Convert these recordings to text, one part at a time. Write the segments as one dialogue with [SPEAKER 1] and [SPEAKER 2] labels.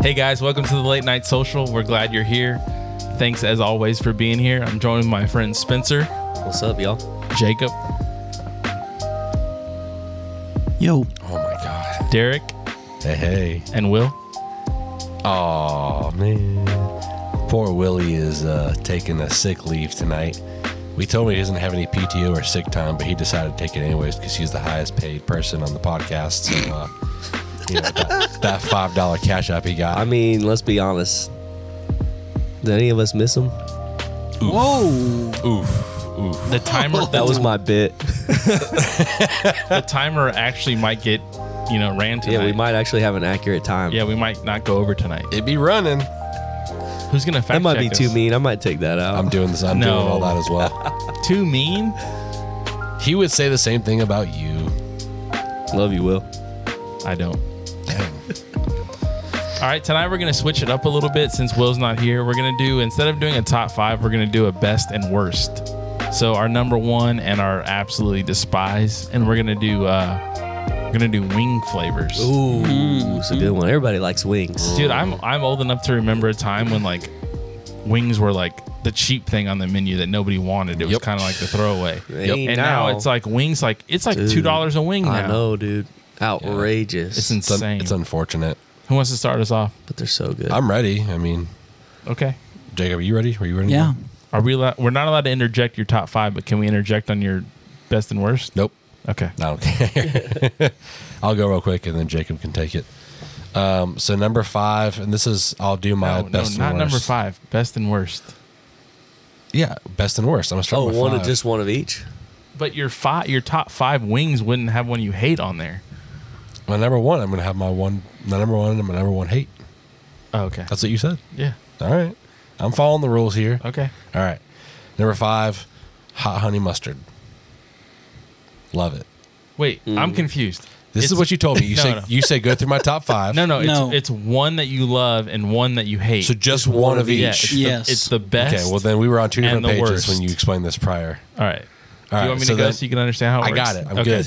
[SPEAKER 1] Hey guys, welcome to the Late Night Social. We're glad you're here. Thanks as always for being here. I'm joined with my friend Spencer,
[SPEAKER 2] What's up, y'all?
[SPEAKER 1] Jacob,
[SPEAKER 3] Yo,
[SPEAKER 4] Oh my god.
[SPEAKER 1] Derek,
[SPEAKER 4] Hey, hey.
[SPEAKER 1] and Will.
[SPEAKER 4] Oh man. Poor Willie is uh, taking a sick leave tonight. We told him he doesn't have any PTO or sick time, but he decided to take it anyways because he's the highest paid person on the podcast. So, uh, you know, that, that five dollar cash app he got.
[SPEAKER 2] I mean, let's be honest. Did any of us miss him?
[SPEAKER 3] whoa!
[SPEAKER 4] oof, oof.
[SPEAKER 1] The timer
[SPEAKER 2] That was my bit.
[SPEAKER 1] the timer actually might get you know ran tonight.
[SPEAKER 2] Yeah, we might actually have an accurate time.
[SPEAKER 1] Yeah, we might not go over tonight.
[SPEAKER 4] It be running.
[SPEAKER 1] Who's gonna fact
[SPEAKER 2] that might
[SPEAKER 1] check
[SPEAKER 2] be
[SPEAKER 1] us?
[SPEAKER 2] too mean. I might take that out.
[SPEAKER 4] I'm doing this. I'm
[SPEAKER 1] No.
[SPEAKER 4] doing all that as well.
[SPEAKER 1] Too mean?
[SPEAKER 4] He would say the same thing about you.
[SPEAKER 2] Love you, Will.
[SPEAKER 1] I don't. All right, tonight we're gonna switch it up a little bit since Will's not here. We're gonna do instead of doing a top five, we're gonna do a best and worst. So our number one and our absolutely despise, and we're gonna do uh, we're gonna do wing flavors.
[SPEAKER 2] Ooh, it's a good one. Everybody likes wings.
[SPEAKER 1] Dude, I'm I'm old enough to remember a time when like wings were like the cheap thing on the menu that nobody wanted. It was
[SPEAKER 4] Yep.
[SPEAKER 1] kind of like the throwaway.
[SPEAKER 2] Ain't
[SPEAKER 1] And now
[SPEAKER 2] now.
[SPEAKER 1] it's like wings, like it's like
[SPEAKER 2] Dude,
[SPEAKER 1] two dollars a wing now.
[SPEAKER 2] I know, dude. Outrageous.
[SPEAKER 1] It's
[SPEAKER 4] It's, un-
[SPEAKER 1] insane.
[SPEAKER 4] it's unfortunate.
[SPEAKER 1] Who wants to start us off?
[SPEAKER 2] but they're so good.
[SPEAKER 4] I'm ready. I mean,
[SPEAKER 1] Okay.
[SPEAKER 4] Jacob, are you ready? Were you ready?
[SPEAKER 3] Yeah,
[SPEAKER 1] Are we? Allow- we're not allowed to interject your top five, but can we interject on your best and worst?
[SPEAKER 4] Nope.
[SPEAKER 1] Okay.
[SPEAKER 4] I don't care. I'll go real quick, and then Jacob can take it. Um, so number five, and this is I'll do my
[SPEAKER 1] No, no,
[SPEAKER 4] best.
[SPEAKER 1] not
[SPEAKER 4] and worst.
[SPEAKER 1] number five. Best and worst.
[SPEAKER 4] Yeah, best and worst. I'm
[SPEAKER 2] oh,
[SPEAKER 4] starting with
[SPEAKER 2] one
[SPEAKER 4] five.
[SPEAKER 2] of just one of each.
[SPEAKER 1] But your five, your top five wings wouldn't have one you hate on there.
[SPEAKER 4] my number one. I'm gonna have my one, my number one, and my number one hate.
[SPEAKER 1] Oh, okay.
[SPEAKER 4] That's what you said.
[SPEAKER 1] yeah.
[SPEAKER 4] All right, I'm following the rules here.
[SPEAKER 1] Okay.
[SPEAKER 4] All right, number five, hot honey mustard. Love it.
[SPEAKER 1] Wait, I'm confused.
[SPEAKER 4] Mm. This is what you told me. You
[SPEAKER 1] No,
[SPEAKER 4] say
[SPEAKER 1] no.
[SPEAKER 4] you say go through my top five.
[SPEAKER 1] No, no,
[SPEAKER 3] No.
[SPEAKER 1] It's, it's one that you love and one that you hate.
[SPEAKER 4] So just one, of
[SPEAKER 1] Yeah,
[SPEAKER 4] each.
[SPEAKER 1] it's the-
[SPEAKER 3] Yes.
[SPEAKER 1] it's the best.
[SPEAKER 4] Okay. Well, then we were on two
[SPEAKER 1] And
[SPEAKER 4] different pages
[SPEAKER 1] the
[SPEAKER 4] when
[SPEAKER 1] worst.
[SPEAKER 4] you explained this prior.
[SPEAKER 1] All right. Do
[SPEAKER 4] All
[SPEAKER 1] you
[SPEAKER 4] right,
[SPEAKER 1] want me
[SPEAKER 4] so
[SPEAKER 1] to go
[SPEAKER 4] then-
[SPEAKER 1] so you can understand how it
[SPEAKER 4] I
[SPEAKER 1] works?
[SPEAKER 4] got it. I'm
[SPEAKER 1] okay.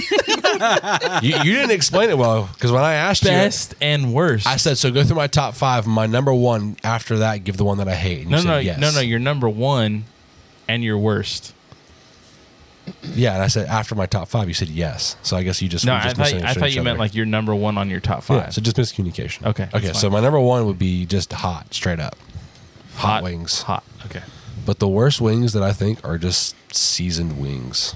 [SPEAKER 4] good.
[SPEAKER 1] Okay.
[SPEAKER 4] you, you didn't explain it well because when I asked you,
[SPEAKER 1] Best and worst.
[SPEAKER 4] I said, so go through my top five. My number one after that, give the one that I hate. And
[SPEAKER 1] no,
[SPEAKER 4] you said
[SPEAKER 1] no,
[SPEAKER 4] yes.
[SPEAKER 1] no, no. Your number one and your worst.
[SPEAKER 4] yeah, and I said after my top five, you said yes. So I guess you just
[SPEAKER 1] No,
[SPEAKER 4] we
[SPEAKER 1] I
[SPEAKER 4] just
[SPEAKER 1] thought, I
[SPEAKER 4] misunderstood
[SPEAKER 1] thought
[SPEAKER 4] each
[SPEAKER 1] you meant
[SPEAKER 4] other.
[SPEAKER 1] like your number one on your top
[SPEAKER 4] yeah.
[SPEAKER 1] five.
[SPEAKER 4] So just miscommunication.
[SPEAKER 1] Okay, that's
[SPEAKER 4] Okay.
[SPEAKER 1] fine.
[SPEAKER 4] So my number one would be just hot, straight up, hot,
[SPEAKER 1] Hot-
[SPEAKER 4] wings.
[SPEAKER 1] Hot. Okay.
[SPEAKER 4] But the worst wings that I think are just seasoned wings.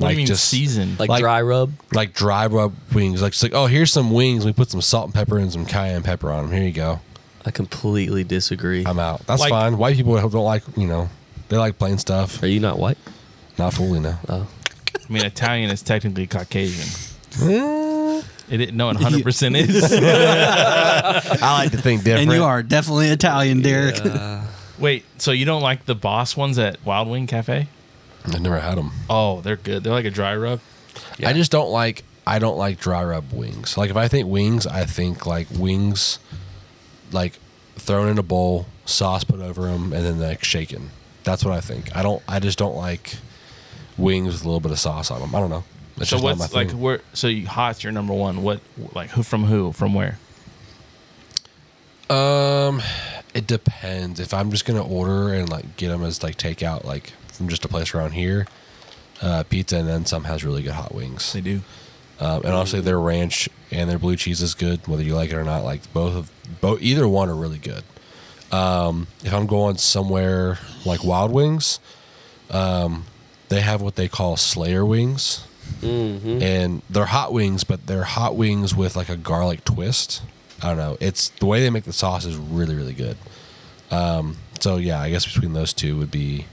[SPEAKER 1] What do you mean seasoned?
[SPEAKER 2] Like,
[SPEAKER 4] Like-
[SPEAKER 2] dry rub.
[SPEAKER 4] like dry rub wings. Like it's like, oh, here's some wings. We put some salt and pepper and some cayenne pepper on them. Here you go.
[SPEAKER 2] I completely disagree.
[SPEAKER 4] I'm out. That's
[SPEAKER 1] Like-
[SPEAKER 4] fine. White people don't like you know they like plain stuff.
[SPEAKER 2] Are you not white?
[SPEAKER 4] Not fully no.
[SPEAKER 2] Oh,
[SPEAKER 1] I mean, Italian is technically Caucasian. It didn't know it 100 percent is.
[SPEAKER 4] I like to think different.
[SPEAKER 3] and you are definitely Italian, Derek.
[SPEAKER 1] Wait, so you don't like the boss ones at Wild Wing Cafe?
[SPEAKER 4] I never had them.
[SPEAKER 1] Oh, they're good. They're like a dry rub.
[SPEAKER 4] I just don't like. I don't like dry rub wings. Like if I think wings, I think like wings, like thrown in a bowl, sauce put over them, and then like shaken. That's what I think. I don't. I just don't like wings with a little bit of sauce on them. I don't know. It's
[SPEAKER 1] so
[SPEAKER 4] just not
[SPEAKER 1] what's
[SPEAKER 4] my
[SPEAKER 1] like
[SPEAKER 4] thing.
[SPEAKER 1] where? So you, hot's your number one. What like who from who from where?
[SPEAKER 4] Um, it depends. If I'm just gonna order and like get them as like takeout, like from just a place around here, uh, pizza, and then some has really good hot wings.
[SPEAKER 1] They do.
[SPEAKER 4] Um, and honestly, their ranch and their blue cheese is good, whether you like it or not. Like both of both, either one are really good. Um, if I'm going somewhere like Wild Wings, um, they have what they call Slayer wings, and they're hot wings, but they're hot wings with like a garlic twist. I don't know. It's the way they make the sauce is really really good. Um, so yeah, I guess between those two would be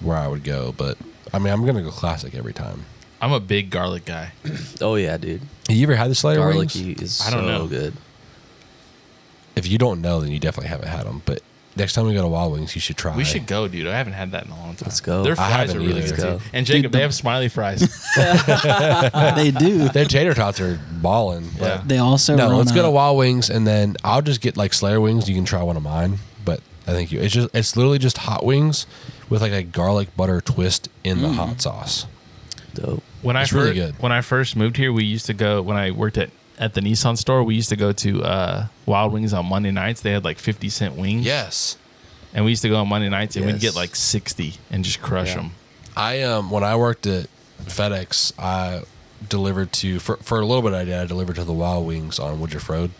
[SPEAKER 4] where I would go. But I mean, I'm gonna go classic every time.
[SPEAKER 1] I'm a big garlic guy.
[SPEAKER 2] oh yeah, dude.
[SPEAKER 4] Have you ever had the Slayer wings?
[SPEAKER 2] Garlicky is
[SPEAKER 1] I don't
[SPEAKER 2] so
[SPEAKER 1] know.
[SPEAKER 2] good.
[SPEAKER 4] if you don't know, then you definitely haven't had them. But next time we go to Wild Wings, you should try.
[SPEAKER 1] We should go, dude. I haven't had that in a long time.
[SPEAKER 2] Let's go.
[SPEAKER 1] Their
[SPEAKER 4] I
[SPEAKER 1] fries
[SPEAKER 4] haven't
[SPEAKER 1] are really
[SPEAKER 4] either.
[SPEAKER 1] good.
[SPEAKER 2] Let's
[SPEAKER 1] Too.
[SPEAKER 2] go.
[SPEAKER 1] And Jacob,
[SPEAKER 3] Dude,
[SPEAKER 1] they
[SPEAKER 3] the-
[SPEAKER 1] have smiley fries.
[SPEAKER 3] they do.
[SPEAKER 4] Their tater tots are balling.
[SPEAKER 1] Yeah.
[SPEAKER 4] But
[SPEAKER 3] They also
[SPEAKER 4] No,
[SPEAKER 3] run
[SPEAKER 4] let's go to
[SPEAKER 3] a-
[SPEAKER 4] Wild Wings, and then I'll just get like Slayer wings. You can try one of mine, but I think you. It's just it's literally just hot wings with like a garlic butter twist in
[SPEAKER 1] Mm.
[SPEAKER 4] the hot sauce.
[SPEAKER 2] Dope.
[SPEAKER 1] when I
[SPEAKER 4] It's really
[SPEAKER 1] fir-
[SPEAKER 4] good.
[SPEAKER 1] when I first moved here, we used to go when I worked at at the Nissan store, we used to go to uh, Wild Wings on Monday nights. They had like 50 cent wings.
[SPEAKER 4] Yes.
[SPEAKER 1] And we used to go on Monday nights and we'd
[SPEAKER 2] Yes.
[SPEAKER 1] get like 60 and just crush
[SPEAKER 2] Yeah.
[SPEAKER 1] them.
[SPEAKER 4] I um when I worked at FedEx, I delivered to for for a little bit I did. I delivered to the Wild Wings on Woodruff Road,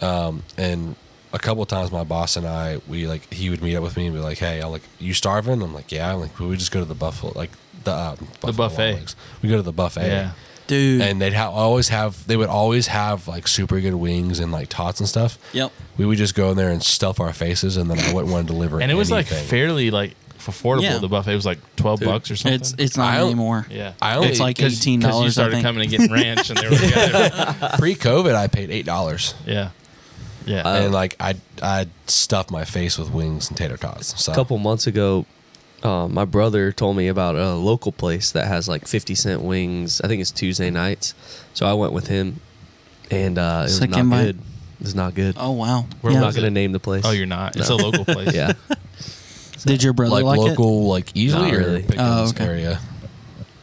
[SPEAKER 4] um, and a couple of times my boss and I we like he would meet up with me and be like, "Hey, I'm like, you starving?" I'm like, "Yeah." I'm like, "Well, "We just go to the buffalo like the um, buffalo Wild
[SPEAKER 1] buffet.
[SPEAKER 4] Wings. We go to the buffet."
[SPEAKER 1] Yeah.
[SPEAKER 3] Dude.
[SPEAKER 4] And they'd ha- always have they would always have like super good wings and like tots and stuff.
[SPEAKER 3] Yep.
[SPEAKER 4] We would just go in there and stuff our faces, and then I wouldn't want to deliver.
[SPEAKER 1] And it was like
[SPEAKER 4] anything.
[SPEAKER 1] fairly like affordable.
[SPEAKER 3] Yeah.
[SPEAKER 1] The buffet was like 12 bucks or something.
[SPEAKER 3] It's it's not
[SPEAKER 4] I don't-
[SPEAKER 3] anymore.
[SPEAKER 1] yeah.
[SPEAKER 4] I only
[SPEAKER 3] It's like
[SPEAKER 1] Cause- 'cause
[SPEAKER 3] eighteen
[SPEAKER 1] You
[SPEAKER 3] dollars. I
[SPEAKER 1] started
[SPEAKER 3] think.
[SPEAKER 1] coming and getting ranch and they were together.
[SPEAKER 4] pre-COVID, I paid eight dollars.
[SPEAKER 1] yeah. Yeah.
[SPEAKER 3] Uh,
[SPEAKER 2] Oh.
[SPEAKER 4] and like I I stuffed my face with wings and tater tots. So
[SPEAKER 2] A couple months ago, uh, my brother told me about a local place that has like 50 cent wings. I think it's Tuesday nights. So I went with him, and uh, it was
[SPEAKER 3] Sick
[SPEAKER 2] not
[SPEAKER 3] invite.
[SPEAKER 2] good. It was not good.
[SPEAKER 3] Oh wow.
[SPEAKER 1] We're
[SPEAKER 2] I'm
[SPEAKER 3] Yeah.
[SPEAKER 2] not
[SPEAKER 1] was
[SPEAKER 2] going
[SPEAKER 1] it?
[SPEAKER 2] to name the place.
[SPEAKER 1] oh, you're not. It's a local place.
[SPEAKER 2] Yeah.
[SPEAKER 3] Did your brother
[SPEAKER 4] like,
[SPEAKER 3] like, it?
[SPEAKER 4] local like easily
[SPEAKER 2] Not
[SPEAKER 4] or
[SPEAKER 2] really.
[SPEAKER 4] Pickens
[SPEAKER 3] Oh, okay.
[SPEAKER 4] area.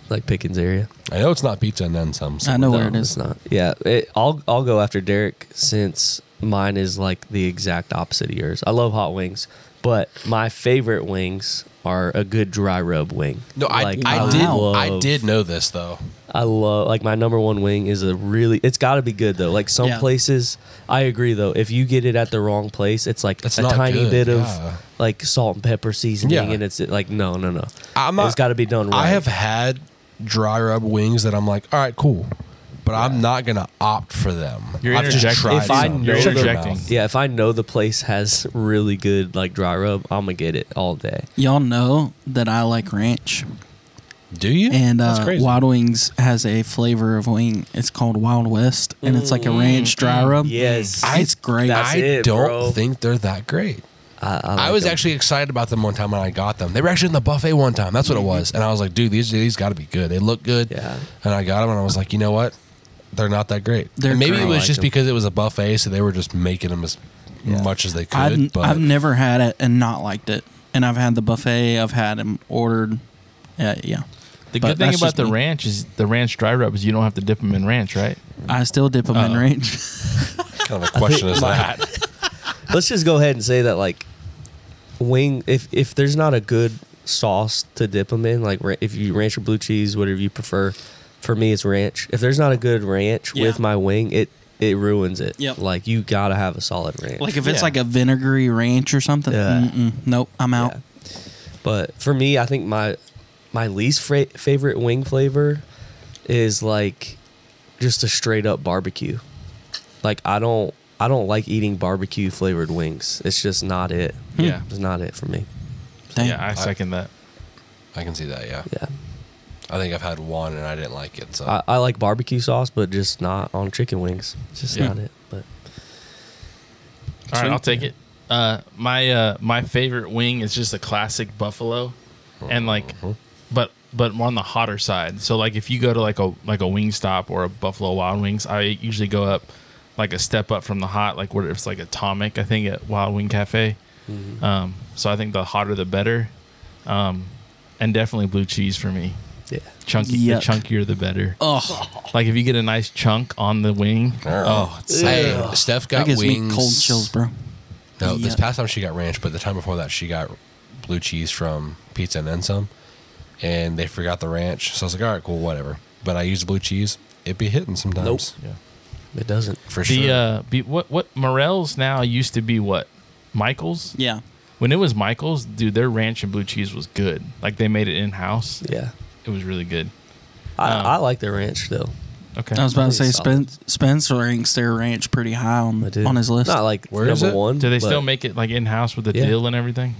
[SPEAKER 2] like Pickens area.
[SPEAKER 4] I know it's not pizza and then some.
[SPEAKER 3] I know where
[SPEAKER 2] No,
[SPEAKER 3] it is.
[SPEAKER 2] It's not. Yeah, it, I'll I'll go after Derek since mine is like the exact opposite of yours. I love hot wings, but my favorite wings are a good dry rub wing.
[SPEAKER 4] No, I
[SPEAKER 2] Like,
[SPEAKER 4] I did
[SPEAKER 2] love-
[SPEAKER 4] I did know this though.
[SPEAKER 2] I love like my number one wing is a really. It's got to be good though. Like some
[SPEAKER 3] Yeah.
[SPEAKER 2] places, I agree though. If you get it at the wrong place, it's like
[SPEAKER 4] It's
[SPEAKER 2] a
[SPEAKER 4] not
[SPEAKER 2] tiny
[SPEAKER 4] good,
[SPEAKER 2] bit of
[SPEAKER 4] yeah.
[SPEAKER 2] like salt and pepper seasoning,
[SPEAKER 4] Yeah.
[SPEAKER 2] and it's like no, no, no.
[SPEAKER 4] I'm not-
[SPEAKER 2] it's got to be done right.
[SPEAKER 4] I have had dry rub wings that I'm like, all right, cool, but I'm not gonna opt for them.
[SPEAKER 1] You're
[SPEAKER 4] I've just
[SPEAKER 1] interjecting.
[SPEAKER 4] tried
[SPEAKER 2] If I know
[SPEAKER 4] some.
[SPEAKER 1] You're
[SPEAKER 2] the-
[SPEAKER 1] interjecting.
[SPEAKER 2] Yeah, if I know the place has really good like dry rub, I'm gonna get it all day.
[SPEAKER 3] Y'all know that I like ranch,
[SPEAKER 4] Do you?
[SPEAKER 3] and
[SPEAKER 4] That's
[SPEAKER 3] uh,
[SPEAKER 4] crazy.
[SPEAKER 3] Wild Wings has a flavor of wing. It's called Wild West, and it's like a ranch dry rub.
[SPEAKER 2] Yes,
[SPEAKER 4] Mm. I-
[SPEAKER 3] it's great.
[SPEAKER 2] that's
[SPEAKER 4] I
[SPEAKER 2] it,
[SPEAKER 4] don't
[SPEAKER 2] bro.
[SPEAKER 4] think they're that great.
[SPEAKER 2] I, I
[SPEAKER 4] I
[SPEAKER 2] like
[SPEAKER 4] was
[SPEAKER 2] 'em.
[SPEAKER 4] actually excited about them one time when I got them. They were actually in the buffet one time. That's
[SPEAKER 3] Mm-hmm.
[SPEAKER 4] what it was. And I was like, dude, these these got to be good. They look good.
[SPEAKER 2] Yeah.
[SPEAKER 4] And I got them, and I was like, you know what? They're not that great.
[SPEAKER 3] They're
[SPEAKER 4] And maybe
[SPEAKER 3] great.
[SPEAKER 4] it
[SPEAKER 2] I
[SPEAKER 4] was
[SPEAKER 2] like
[SPEAKER 4] just
[SPEAKER 2] 'em.
[SPEAKER 4] because it was a buffet, so they were just making them as much as they could.
[SPEAKER 3] I've,
[SPEAKER 4] but
[SPEAKER 3] I've never had it and not liked it, and I've had the buffet. I've had them ordered. Yeah, yeah.
[SPEAKER 1] The
[SPEAKER 3] But
[SPEAKER 1] good thing
[SPEAKER 3] that's
[SPEAKER 1] about
[SPEAKER 3] just
[SPEAKER 1] the
[SPEAKER 3] me.
[SPEAKER 1] ranch is the ranch dry rub is you don't have to dip them in ranch, right?
[SPEAKER 3] I still dip them in
[SPEAKER 4] Uh,
[SPEAKER 1] Uh-oh.
[SPEAKER 3] range.
[SPEAKER 4] kind of a question is that.
[SPEAKER 2] Let's just go ahead and say that like wing. If if there's not a good sauce to dip them in, like ra- if you ranch or blue cheese, whatever you prefer. For me, it's ranch. If there's not a good ranch
[SPEAKER 3] Yeah.
[SPEAKER 2] with my wing, it it ruins it.
[SPEAKER 3] Yep.
[SPEAKER 2] Like you gotta have a solid ranch.
[SPEAKER 3] Like if it's
[SPEAKER 1] Yeah.
[SPEAKER 3] like a vinegary ranch or something.
[SPEAKER 2] Yeah.
[SPEAKER 3] Mm-mm, nope, I'm out.
[SPEAKER 2] Yeah. But for me, I think my my least fra- favorite wing flavor is like just a straight up barbecue. Like I don't I don't like eating barbecue flavored wings. It's just not it.
[SPEAKER 3] Hmm.
[SPEAKER 1] Yeah.
[SPEAKER 2] It's not it for me.
[SPEAKER 3] Dang.
[SPEAKER 1] Yeah, I second that.
[SPEAKER 4] I can see that, yeah.
[SPEAKER 2] Yeah.
[SPEAKER 4] I think I've had one, and I didn't like it. So
[SPEAKER 3] Uh,
[SPEAKER 2] I, I like barbecue sauce, but just not on chicken wings. It's just
[SPEAKER 1] Yeah.
[SPEAKER 2] not it. But
[SPEAKER 1] All right,
[SPEAKER 3] Sweet.
[SPEAKER 1] I'll take it. Uh, my uh, my favorite wing is just a classic buffalo, and like, but but on the hotter side. So like, if you go to like a like a wing stop or a Buffalo Wild Wings, I usually go up like a step up from the hot, like where it's like atomic. I think at Wild Wing Cafe. Um, so I think the hotter the better, um, and definitely blue cheese for me.
[SPEAKER 2] yeah.
[SPEAKER 1] Chunky,
[SPEAKER 3] Yuck.
[SPEAKER 1] the chunkier the better.
[SPEAKER 3] Oh,
[SPEAKER 1] Like if you get a nice chunk on the wing,
[SPEAKER 4] oh, hey, Steph
[SPEAKER 3] that
[SPEAKER 4] got
[SPEAKER 3] gives
[SPEAKER 4] wings.
[SPEAKER 3] me cold chills, bro.
[SPEAKER 4] No, this
[SPEAKER 3] Yeah.
[SPEAKER 4] past time she got ranch, but the time before that she got blue cheese from Pizza and then some, and they forgot the ranch. So I was like, all right, cool, whatever. But I used blue cheese. It be hitting sometimes.
[SPEAKER 2] Nope. It doesn't.
[SPEAKER 4] For
[SPEAKER 1] the
[SPEAKER 4] sure.
[SPEAKER 1] uh, be, what what Morels now used to be what Michaels.
[SPEAKER 3] Yeah.
[SPEAKER 1] When it was Michaels, dude, their ranch and blue cheese was good. Like they made it in house.
[SPEAKER 2] Yeah.
[SPEAKER 1] It was really good.
[SPEAKER 2] I,
[SPEAKER 4] Oh.
[SPEAKER 1] Um,
[SPEAKER 2] I like the ranch though.
[SPEAKER 1] Okay.
[SPEAKER 3] I was about to say
[SPEAKER 2] Pretty solid.
[SPEAKER 3] Spen- Spencer ranks their ranch pretty high on,
[SPEAKER 2] I do.
[SPEAKER 3] on his list.
[SPEAKER 2] Not like
[SPEAKER 4] Where is
[SPEAKER 2] number
[SPEAKER 4] it?
[SPEAKER 2] one.
[SPEAKER 1] Do they
[SPEAKER 2] but-
[SPEAKER 1] still make it like in house with the
[SPEAKER 2] Yeah.
[SPEAKER 1] dill and everything?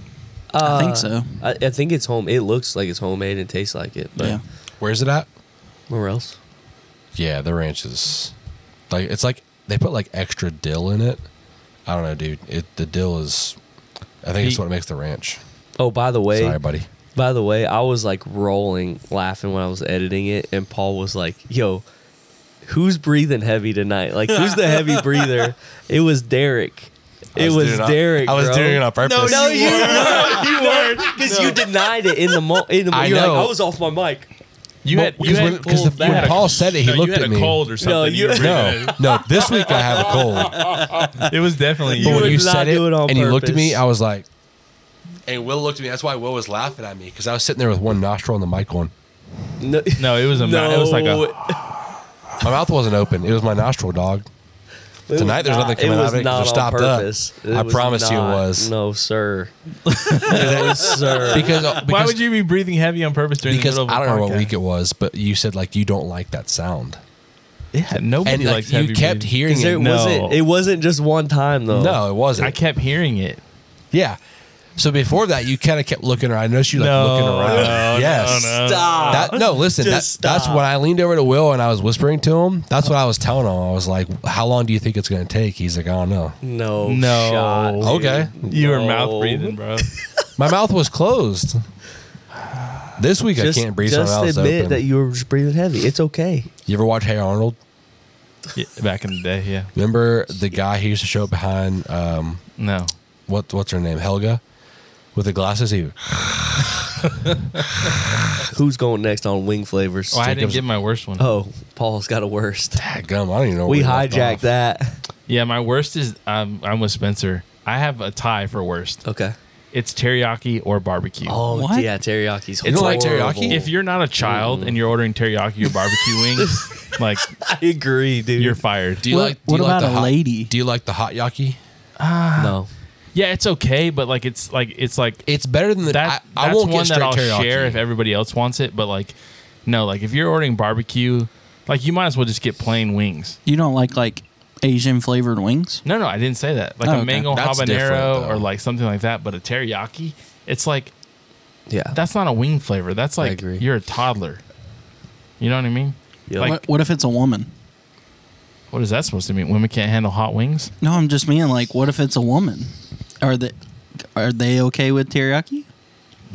[SPEAKER 3] I think
[SPEAKER 2] Uh,
[SPEAKER 3] so.
[SPEAKER 2] I, I think it's home. It looks like it's homemade and tastes like it. But
[SPEAKER 3] yeah.
[SPEAKER 4] Where's it at?
[SPEAKER 2] where else?
[SPEAKER 4] Yeah, the ranch is like it's like they put like extra dill in it. I don't know, dude. It the dill is I think it's
[SPEAKER 1] The-
[SPEAKER 4] what makes the ranch.
[SPEAKER 2] Oh, by the way,
[SPEAKER 4] Sorry, buddy.
[SPEAKER 2] by the way, I was like rolling, laughing when I was editing it, and Paul was like, "Yo, who's breathing heavy tonight? Like, who's the heavy breather?" It was Derek. It was Derek.
[SPEAKER 4] I was
[SPEAKER 2] bro.
[SPEAKER 4] doing it on purpose.
[SPEAKER 2] No, you weren't. You weren't because you denied it in the mo- in the.
[SPEAKER 4] I
[SPEAKER 2] you're like, I
[SPEAKER 4] know.
[SPEAKER 2] was off my mic.
[SPEAKER 1] You had you
[SPEAKER 4] because
[SPEAKER 1] had
[SPEAKER 4] when, 'cause the-
[SPEAKER 1] pulled
[SPEAKER 4] when
[SPEAKER 1] back.
[SPEAKER 4] Paul said it, he
[SPEAKER 5] No,
[SPEAKER 4] looked
[SPEAKER 5] you had
[SPEAKER 4] at
[SPEAKER 5] a
[SPEAKER 4] me.
[SPEAKER 5] cold or something.
[SPEAKER 2] you-
[SPEAKER 5] you were breathing
[SPEAKER 4] No,
[SPEAKER 5] it.
[SPEAKER 4] no. This week I have a cold.
[SPEAKER 1] It was definitely
[SPEAKER 4] But
[SPEAKER 1] you.
[SPEAKER 2] would
[SPEAKER 4] when you
[SPEAKER 2] not
[SPEAKER 4] said it,
[SPEAKER 2] do it
[SPEAKER 4] and
[SPEAKER 2] on
[SPEAKER 4] you looked at me,
[SPEAKER 2] purpose.
[SPEAKER 4] I was like, and Will looked at me. That's why Will was laughing at me because I was sitting there with one nostril and the mic on.
[SPEAKER 2] No,
[SPEAKER 1] No, it was a no. it was like a
[SPEAKER 4] My mouth wasn't open. It was my nostril, dog.
[SPEAKER 2] It
[SPEAKER 4] Tonight
[SPEAKER 2] was
[SPEAKER 4] there's nothing
[SPEAKER 2] not-
[SPEAKER 4] coming
[SPEAKER 2] it
[SPEAKER 4] out
[SPEAKER 2] was
[SPEAKER 4] of it 'cause
[SPEAKER 2] not
[SPEAKER 4] they're
[SPEAKER 2] on
[SPEAKER 4] stopped up.
[SPEAKER 2] purpose. It
[SPEAKER 4] I promise you it
[SPEAKER 2] not.
[SPEAKER 4] was.
[SPEAKER 2] No, sir. no, sir.
[SPEAKER 4] Because, because
[SPEAKER 1] Why would you be breathing heavy on purpose during
[SPEAKER 4] Because
[SPEAKER 1] the
[SPEAKER 4] I
[SPEAKER 1] middle of a
[SPEAKER 4] don't know what
[SPEAKER 1] podcast?
[SPEAKER 4] week it was, but you said like you don't like that sound,
[SPEAKER 1] Yeah, nobody
[SPEAKER 4] and like
[SPEAKER 1] likes heavy
[SPEAKER 4] you kept
[SPEAKER 1] breathing.
[SPEAKER 4] hearing
[SPEAKER 2] Is there-
[SPEAKER 4] it.
[SPEAKER 1] No.
[SPEAKER 2] was it, it wasn't just one time though.
[SPEAKER 4] No, it wasn't.
[SPEAKER 1] I kept hearing it.
[SPEAKER 4] Yeah. So before that, you kind of kept looking around. I noticed you like
[SPEAKER 1] No,
[SPEAKER 4] looking around.
[SPEAKER 1] no,
[SPEAKER 4] yes.
[SPEAKER 1] no, no.
[SPEAKER 2] Stop.
[SPEAKER 4] That, no, listen. That,
[SPEAKER 2] Uh, Just
[SPEAKER 4] that's
[SPEAKER 2] stop.
[SPEAKER 4] when I leaned over to Will and I was whispering to him. That's what I was telling him. I was like, "How long do you think it's going to take?" He's like, "I don't know."
[SPEAKER 2] No.
[SPEAKER 1] No.
[SPEAKER 2] Shot, dude.
[SPEAKER 4] Okay,
[SPEAKER 1] You were
[SPEAKER 2] No.
[SPEAKER 1] mouth breathing, bro.
[SPEAKER 4] my mouth was closed. This week
[SPEAKER 2] Just,
[SPEAKER 4] I can't breathe. so my
[SPEAKER 2] just
[SPEAKER 4] mouth's
[SPEAKER 2] admit
[SPEAKER 4] open.
[SPEAKER 2] that
[SPEAKER 4] you-,
[SPEAKER 2] you were just breathing heavy. It's okay.
[SPEAKER 4] ever watch Hey Arnold?
[SPEAKER 1] Yeah, back in the day, yeah.
[SPEAKER 4] Remember the guy who used to show up behind um,
[SPEAKER 1] No.
[SPEAKER 4] what what's her name Helga with the glasses? He
[SPEAKER 2] Who's going next on wing flavors?
[SPEAKER 1] Oh, I didn't
[SPEAKER 4] Jacob's-
[SPEAKER 1] get my worst one.
[SPEAKER 2] oh, Paul's got a worst.
[SPEAKER 4] ah, gum. I don't even know.
[SPEAKER 2] We
[SPEAKER 4] where left
[SPEAKER 2] hijacked
[SPEAKER 4] off.
[SPEAKER 2] that.
[SPEAKER 1] Yeah, my worst is um, I'm with Spencer. I have a tie for worst.
[SPEAKER 2] Okay.
[SPEAKER 1] It's teriyaki or barbecue.
[SPEAKER 2] Oh
[SPEAKER 3] What?
[SPEAKER 2] yeah, teriyaki's.
[SPEAKER 4] You don't like
[SPEAKER 2] horrible.
[SPEAKER 4] teriyaki?
[SPEAKER 1] If you're not a child and you're ordering teriyaki or barbecue wings, like
[SPEAKER 2] I agree, dude.
[SPEAKER 1] you're fired.
[SPEAKER 4] Do you
[SPEAKER 3] What-
[SPEAKER 4] like? Do
[SPEAKER 3] what
[SPEAKER 4] you like
[SPEAKER 3] about
[SPEAKER 4] the
[SPEAKER 3] a
[SPEAKER 4] hot,
[SPEAKER 3] lady?
[SPEAKER 4] Do you like the hot yaki?
[SPEAKER 2] no.
[SPEAKER 1] Yeah, it's okay, but like it's like it's like
[SPEAKER 4] It's better than the.
[SPEAKER 1] that.
[SPEAKER 4] I, I
[SPEAKER 1] that's
[SPEAKER 4] won't
[SPEAKER 1] one
[SPEAKER 4] get straight
[SPEAKER 1] that I'll
[SPEAKER 4] teriyaki.
[SPEAKER 1] share if everybody else wants it. But like, no, like if you're ordering barbecue, like you might as well just get plain wings.
[SPEAKER 3] You don't like like Asian flavored wings?
[SPEAKER 1] No, no, I didn't say that. Like
[SPEAKER 3] Oh,
[SPEAKER 1] a
[SPEAKER 3] okay.
[SPEAKER 1] mango
[SPEAKER 4] That's different,
[SPEAKER 1] habanero
[SPEAKER 4] though.
[SPEAKER 1] or like something like that. But a teriyaki, it's like
[SPEAKER 2] Yeah.
[SPEAKER 1] that's not a wing flavor. That's like
[SPEAKER 2] agree.
[SPEAKER 1] you're a toddler. You know what I mean?
[SPEAKER 2] Yeah.
[SPEAKER 1] Like,
[SPEAKER 3] what, what if it's a woman?
[SPEAKER 1] what is that supposed to mean? Women can't handle hot wings?
[SPEAKER 3] No, I'm just meaning like, what if it's a woman? Are they are they okay with teriyaki?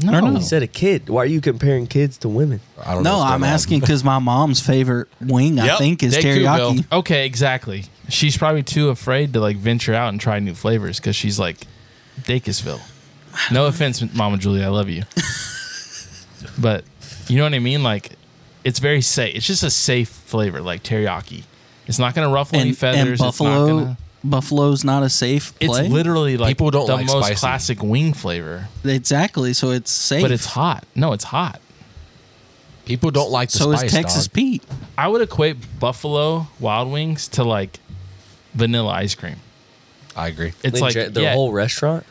[SPEAKER 1] No,
[SPEAKER 3] no.
[SPEAKER 2] oh, You said a kid. Why are you comparing kids to women?
[SPEAKER 4] I don't know
[SPEAKER 3] No,
[SPEAKER 4] what's
[SPEAKER 3] I'm
[SPEAKER 4] going on.
[SPEAKER 3] asking because my mom's favorite wing, I
[SPEAKER 4] Yep,
[SPEAKER 3] think, is
[SPEAKER 4] thank you,
[SPEAKER 3] teriyaki.
[SPEAKER 4] Bill.
[SPEAKER 1] Okay, exactly. She's probably too afraid to like venture out and try new flavors because she's like Dacusville. No offense, Mama Julia, I love you, but you know what I mean. Like, it's very safe. It's just a safe flavor, like teriyaki. It's not gonna ruffle any
[SPEAKER 3] and,
[SPEAKER 1] feathers.
[SPEAKER 3] and
[SPEAKER 1] It's,
[SPEAKER 3] buffalo
[SPEAKER 1] not gonna,
[SPEAKER 3] buffalo's not a safe
[SPEAKER 1] it's
[SPEAKER 3] play.
[SPEAKER 1] literally like
[SPEAKER 4] People don't
[SPEAKER 1] the
[SPEAKER 4] like
[SPEAKER 1] most
[SPEAKER 4] spicy.
[SPEAKER 1] classic wing flavor,
[SPEAKER 3] exactly, so it's safe.
[SPEAKER 1] but it's hot. No, it's hot.
[SPEAKER 4] People don't like the
[SPEAKER 3] so
[SPEAKER 4] spice.
[SPEAKER 3] is Texas
[SPEAKER 4] dog.
[SPEAKER 3] Pete.
[SPEAKER 1] I would equate buffalo wild wings to like vanilla ice cream.
[SPEAKER 4] I agree.
[SPEAKER 1] It's
[SPEAKER 2] Like,
[SPEAKER 1] like
[SPEAKER 2] ge- their
[SPEAKER 1] yeah,
[SPEAKER 2] whole restaurant.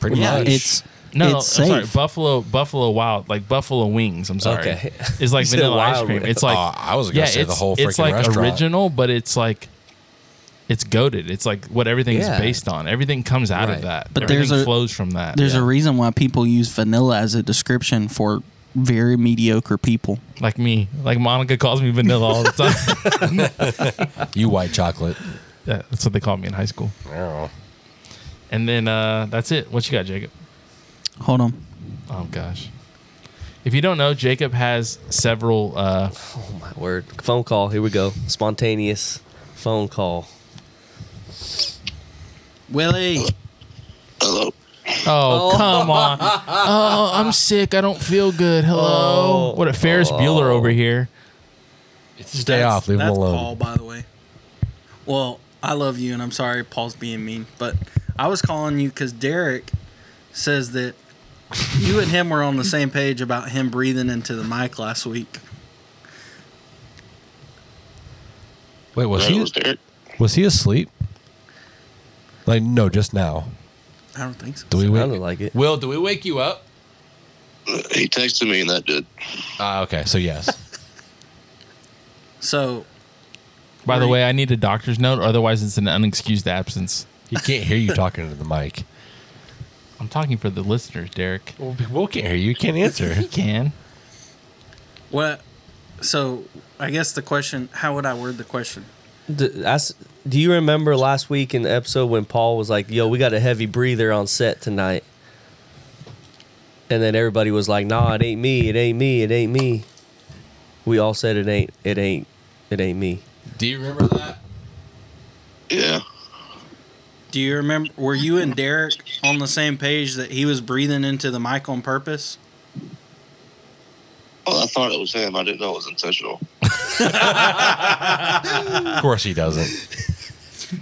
[SPEAKER 4] Pretty
[SPEAKER 2] Yeah,
[SPEAKER 4] much.
[SPEAKER 3] It's
[SPEAKER 1] No, no,
[SPEAKER 3] it's
[SPEAKER 1] I'm sorry.
[SPEAKER 3] safe.
[SPEAKER 1] Buffalo, Buffalo Wild, like Buffalo wings. I'm sorry.
[SPEAKER 2] Okay.
[SPEAKER 1] It's like
[SPEAKER 2] You said
[SPEAKER 1] vanilla ice
[SPEAKER 2] Wild
[SPEAKER 1] cream.
[SPEAKER 2] Wings.
[SPEAKER 1] It's like
[SPEAKER 4] Uh, I was gonna
[SPEAKER 1] yeah,
[SPEAKER 4] say the
[SPEAKER 1] it's-
[SPEAKER 4] whole
[SPEAKER 1] It's
[SPEAKER 4] freaking
[SPEAKER 1] like
[SPEAKER 4] restaurant.
[SPEAKER 1] original, but it's like it's goaded. It's like what everything
[SPEAKER 2] Yeah.
[SPEAKER 1] is based on. Everything comes out of
[SPEAKER 2] Right.
[SPEAKER 1] that.
[SPEAKER 3] But
[SPEAKER 1] everything
[SPEAKER 3] there's a-
[SPEAKER 1] flows from that.
[SPEAKER 3] There's
[SPEAKER 1] Yeah.
[SPEAKER 3] a reason why people use vanilla as a description for very mediocre people.
[SPEAKER 1] like me, like Monica calls me vanilla all the time.
[SPEAKER 4] you white chocolate.
[SPEAKER 1] yeah, that's what they called me in high school.
[SPEAKER 4] I don't know.
[SPEAKER 1] And then uh, that's it. What you got, Jacob?
[SPEAKER 3] Hold on.
[SPEAKER 1] Oh gosh. If you don't know, Jacob has several. Uh,
[SPEAKER 2] Oh my word! Phone call. Here we go. Spontaneous phone call.
[SPEAKER 3] Willie.
[SPEAKER 6] Hello.
[SPEAKER 1] oh, come on! Oh, I'm sick. I don't feel good. Hello.
[SPEAKER 2] Oh.
[SPEAKER 1] what a Ferris Bueller
[SPEAKER 5] Oh.
[SPEAKER 1] over here.
[SPEAKER 4] It's his day off. Leave him alone.
[SPEAKER 3] Paul, by the way. Well, I love you, and I'm sorry Paul's being mean, but I was calling you because Derek says that you and him were on the same page about him breathing into the mic last week.
[SPEAKER 4] Wait, was
[SPEAKER 6] Right,
[SPEAKER 4] he
[SPEAKER 6] was Derek.
[SPEAKER 4] was he asleep? Like no, just now.
[SPEAKER 3] I don't think so.
[SPEAKER 4] Do we
[SPEAKER 2] Sounded
[SPEAKER 4] wake?
[SPEAKER 2] like it.
[SPEAKER 4] Will, do we wake you up?
[SPEAKER 6] He texted me and that did.
[SPEAKER 4] Ah, okay, so yes.
[SPEAKER 3] So
[SPEAKER 1] By the
[SPEAKER 3] Right.
[SPEAKER 1] way, I need a doctor's note, otherwise it's an unexcused absence.
[SPEAKER 4] he can't hear you talking into the mic.
[SPEAKER 1] I'm talking for the listeners, Derek.
[SPEAKER 4] Well, Will can't hear you. You Can't answer.
[SPEAKER 1] He can.
[SPEAKER 3] what? So I guess the question: How would I word the question?
[SPEAKER 2] D- that's- do you remember last week in the episode when Paul was like, "Yo, we got a heavy breather on set tonight," and then everybody was like, "Nah, it ain't me. It ain't me. It ain't me." We all said it ain't. It ain't. It ain't me.
[SPEAKER 4] do you remember that?
[SPEAKER 6] Yeah.
[SPEAKER 3] Do you remember? Were you and Derek on the same page that he was breathing into the mic on purpose?
[SPEAKER 6] Well, I thought it was him. I didn't know it was intentional.
[SPEAKER 4] Of course he doesn't.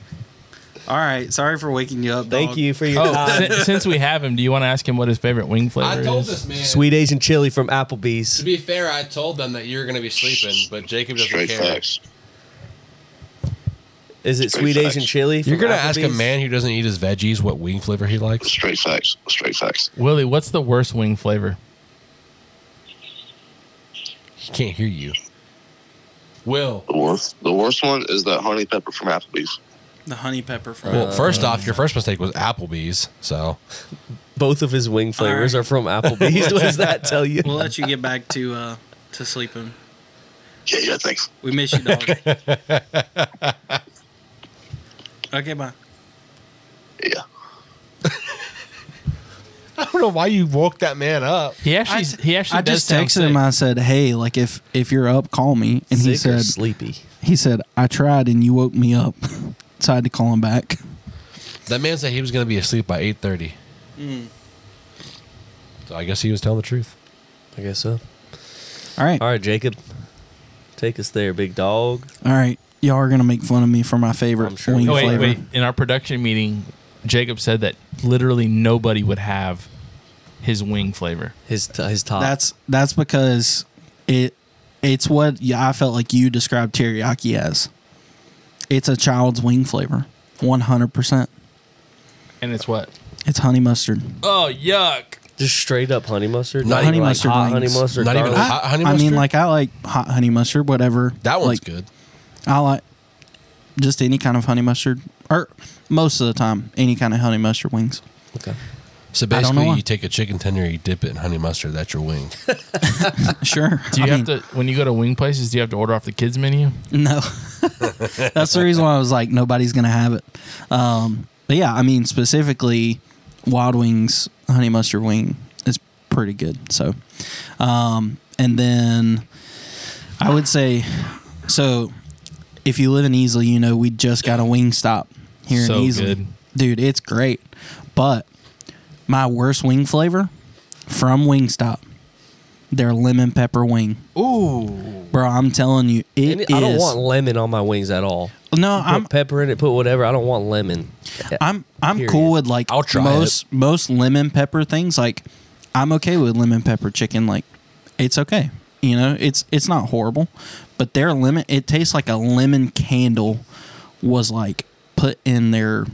[SPEAKER 3] All right. Sorry for waking you up.
[SPEAKER 2] Thank
[SPEAKER 3] dog.
[SPEAKER 2] you for your
[SPEAKER 1] Oh,
[SPEAKER 2] time.
[SPEAKER 1] since, since we have him, do you want to ask him what his favorite wing flavor
[SPEAKER 5] I told
[SPEAKER 1] is?
[SPEAKER 5] this man.
[SPEAKER 2] Sweet Asian chili from
[SPEAKER 5] To
[SPEAKER 2] Applebee's.
[SPEAKER 5] be fair, I told them that you were going to be sleeping, but Jacob doesn't
[SPEAKER 6] Straight
[SPEAKER 5] care.
[SPEAKER 6] facts.
[SPEAKER 2] Is it
[SPEAKER 6] Straight
[SPEAKER 2] Sweet
[SPEAKER 6] facts.
[SPEAKER 2] Asian chili?
[SPEAKER 4] You're
[SPEAKER 2] from
[SPEAKER 4] gonna ask a
[SPEAKER 2] Applebee's?
[SPEAKER 4] man who doesn't eat his veggies what wing flavor he likes.
[SPEAKER 6] Straight facts. Straight facts.
[SPEAKER 1] Willie, what's the worst wing flavor?
[SPEAKER 4] He can't hear you.
[SPEAKER 5] Will.
[SPEAKER 6] The worst. The worst one is that honey pepper from Applebee's.
[SPEAKER 3] The honey pepper uh, fry.
[SPEAKER 4] Well, first off, your first mistake was Applebee's. So
[SPEAKER 2] Both of his wing flavors
[SPEAKER 3] right.
[SPEAKER 2] are from Applebee's. what does that tell you?
[SPEAKER 3] we'll let you get back to uh, to sleeping.
[SPEAKER 6] Yeah, yeah. Thanks.
[SPEAKER 3] We miss you, dog. okay, bye.
[SPEAKER 6] Yeah.
[SPEAKER 4] I don't know why you woke that man up.
[SPEAKER 1] He actually, he actually
[SPEAKER 3] I
[SPEAKER 1] does
[SPEAKER 3] just
[SPEAKER 1] sound
[SPEAKER 3] texted
[SPEAKER 1] sick.
[SPEAKER 3] him. I said, "Hey, like if if you're up, call me." And he
[SPEAKER 2] Sick or
[SPEAKER 3] said,
[SPEAKER 2] sleepy.
[SPEAKER 3] "He said I tried and you woke me up." so I had to call him back.
[SPEAKER 4] That man said he was gonna be asleep by eight thirty. So I guess he was telling the truth.
[SPEAKER 2] I guess so.
[SPEAKER 3] All right,
[SPEAKER 2] All right, Jacob. Take us there, big dog.
[SPEAKER 3] all right. Y'all are gonna make fun of me for my favorite
[SPEAKER 2] I'm sure
[SPEAKER 3] wing
[SPEAKER 1] Oh, wait,
[SPEAKER 3] flavor.
[SPEAKER 1] wait. In our production meeting, Jacob said that literally nobody would have his wing flavor.
[SPEAKER 2] His his top.
[SPEAKER 3] That's that's because it it's what y- I felt like you described teriyaki as. It's a child's wing flavor, one hundred percent.
[SPEAKER 1] And it's what?
[SPEAKER 3] It's honey mustard.
[SPEAKER 1] Oh, yuck.
[SPEAKER 2] just straight up honey mustard.
[SPEAKER 4] Not
[SPEAKER 3] Honey
[SPEAKER 2] even like
[SPEAKER 3] mustard
[SPEAKER 2] hot honey
[SPEAKER 3] wings.
[SPEAKER 2] mustard.
[SPEAKER 4] Not even
[SPEAKER 2] garlic.
[SPEAKER 4] hot honey
[SPEAKER 3] I mean,
[SPEAKER 4] mustard?
[SPEAKER 3] like I like hot honey mustard, whatever.
[SPEAKER 4] That one's
[SPEAKER 3] Like,
[SPEAKER 4] good.
[SPEAKER 3] I like just any kind of honey mustard, or most of the time, any kind of honey mustard wings.
[SPEAKER 2] Okay.
[SPEAKER 4] So
[SPEAKER 3] I don't know
[SPEAKER 4] basically,
[SPEAKER 3] why.
[SPEAKER 4] you take a chicken tender, you dip it in honey mustard. That's your wing.
[SPEAKER 3] Sure.
[SPEAKER 1] Do you
[SPEAKER 3] I
[SPEAKER 1] have
[SPEAKER 3] mean,
[SPEAKER 1] to when you go to wing places? Do you have to order off the kids menu?
[SPEAKER 3] No. That's the reason why I was like, nobody's gonna have it. Um, but yeah, I mean, specifically, Wild Wings honey mustard wing is pretty good. So, um, and then I would say, so if you live in Easley, you know we just got a wing stop here
[SPEAKER 1] So
[SPEAKER 3] in Easley,
[SPEAKER 1] good.
[SPEAKER 3] dude. It's great, but my worst wing flavor from Wingstop, their lemon pepper wing.
[SPEAKER 1] Ooh,
[SPEAKER 3] Bro, I'm telling you, it
[SPEAKER 2] And
[SPEAKER 3] is.
[SPEAKER 2] I don't want lemon on my wings at all.
[SPEAKER 3] No,
[SPEAKER 2] Put
[SPEAKER 3] I'm
[SPEAKER 2] pepper in it. Put whatever. I don't want lemon.
[SPEAKER 3] I'm I'm
[SPEAKER 2] Period.
[SPEAKER 3] cool with like
[SPEAKER 4] I'll try
[SPEAKER 3] most most lemon pepper things. Like I'm okay with lemon pepper chicken. Like it's okay. You know, it's it's not horrible. But their lemon it tastes like a lemon candle was like put in their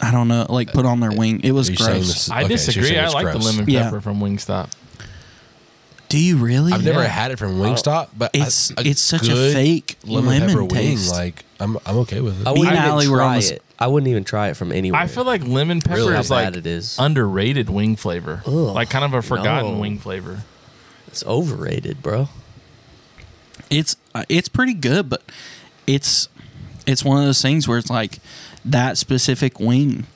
[SPEAKER 3] I don't know, like put on their wing. It was
[SPEAKER 4] Uh, Are you saying
[SPEAKER 3] gross.
[SPEAKER 4] this-
[SPEAKER 1] I
[SPEAKER 4] okay, so you're
[SPEAKER 1] disagree.
[SPEAKER 4] saying
[SPEAKER 1] I
[SPEAKER 4] it's
[SPEAKER 1] like
[SPEAKER 4] gross.
[SPEAKER 1] the lemon
[SPEAKER 3] Yeah.
[SPEAKER 1] pepper from Wingstop.
[SPEAKER 3] Do you really?
[SPEAKER 4] I've never
[SPEAKER 1] Yeah.
[SPEAKER 4] had it from Wingstop, but I-
[SPEAKER 3] It's-
[SPEAKER 4] a
[SPEAKER 3] it's such a
[SPEAKER 4] good
[SPEAKER 3] fake lemon taste.
[SPEAKER 4] Like I'm, I'm okay with it.
[SPEAKER 2] I
[SPEAKER 4] I,
[SPEAKER 3] Me
[SPEAKER 2] wouldn't
[SPEAKER 3] and
[SPEAKER 2] even
[SPEAKER 3] Allie
[SPEAKER 2] try
[SPEAKER 3] were on the s-
[SPEAKER 2] it. I wouldn't even try it from anywhere.
[SPEAKER 1] I feel like lemon pepper
[SPEAKER 2] Really?
[SPEAKER 1] is
[SPEAKER 2] How bad
[SPEAKER 1] like
[SPEAKER 2] it is.
[SPEAKER 1] underrated wing flavor,
[SPEAKER 2] Ugh,
[SPEAKER 1] like kind of a forgotten
[SPEAKER 2] no.
[SPEAKER 1] wing flavor.
[SPEAKER 2] it's overrated, bro.
[SPEAKER 3] it's uh, it's pretty good, but it's it's one of those things where it's like that specific wing,